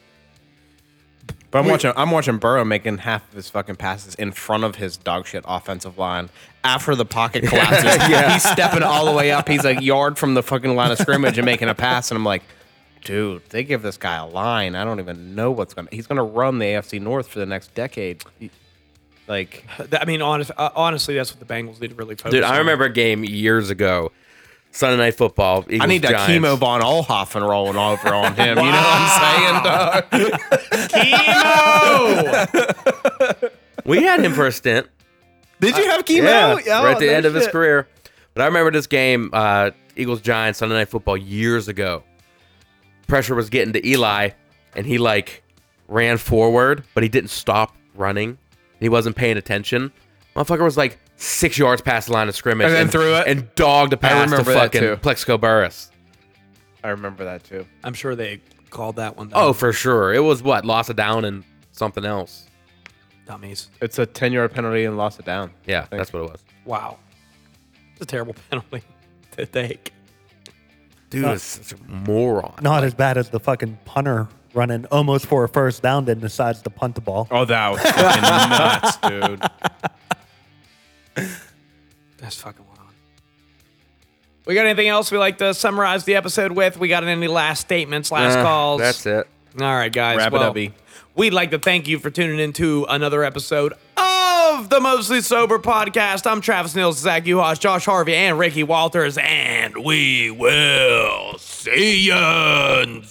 Speaker 3: But I'm watching I'm watching Burrow making half of his fucking passes in front of his dog shit offensive line. After the pocket collapses, he's stepping all the way up. He's a yard from the fucking line of scrimmage and making a pass. And I'm like, dude, they give this guy a line. I don't even know what's gonna. He's gonna run the AFC North for the next decade. Like,
Speaker 1: Th- I mean, honest, uh, honestly, that's what the Bengals need to really focus.
Speaker 2: Dude,
Speaker 1: on.
Speaker 2: I remember a game years ago, Sunday Night Football. Eagles,
Speaker 3: I need that
Speaker 2: Giants.
Speaker 3: chemo von Olhoffen rolling over on him. You know what I'm saying? dog?
Speaker 1: Chemo.
Speaker 2: We had him for a stint.
Speaker 3: Did you have chemo?
Speaker 2: Uh, Yeah, right at the
Speaker 3: Oh, no
Speaker 2: end of his
Speaker 3: shit.
Speaker 2: career. But I remember this game, uh, Eagles Giants Sunday Night Football years ago. Pressure was getting to Eli, and he like ran forward, but he didn't stop running. He wasn't paying attention. Motherfucker was like six yards past the line of scrimmage
Speaker 3: And then threw it?
Speaker 2: and dogged a pass to
Speaker 3: remember that
Speaker 2: fucking
Speaker 3: too.
Speaker 2: Plexico Burris.
Speaker 3: I remember that too.
Speaker 1: I'm sure they called that one.
Speaker 2: Oh,
Speaker 1: Though.
Speaker 2: for sure. It was what loss of down and something else.
Speaker 1: dummies!
Speaker 3: It's a ten yard penalty and lost it down.
Speaker 2: Yeah,
Speaker 3: Thank
Speaker 2: that's what it was.
Speaker 1: Wow, it's a terrible penalty to take.
Speaker 2: Dude
Speaker 4: Not-
Speaker 2: is such a moron.
Speaker 4: Not as bad as the fucking punter running almost for a first down, then decides to punt the ball.
Speaker 3: Oh, that was fucking nuts, dude.
Speaker 1: That's fucking wild. We got anything else we like to summarize the episode with? We got any last statements, last
Speaker 2: Uh,
Speaker 1: calls?
Speaker 2: That's it.
Speaker 1: All right, guys.
Speaker 3: Wrap it
Speaker 1: well,
Speaker 3: up, E.
Speaker 1: We'd like to thank you for tuning in to another episode of the Mostly Sober Podcast. I'm Travis Nils, Zach Uhas, Josh Harvey, and Ricky Walters, and we will see you.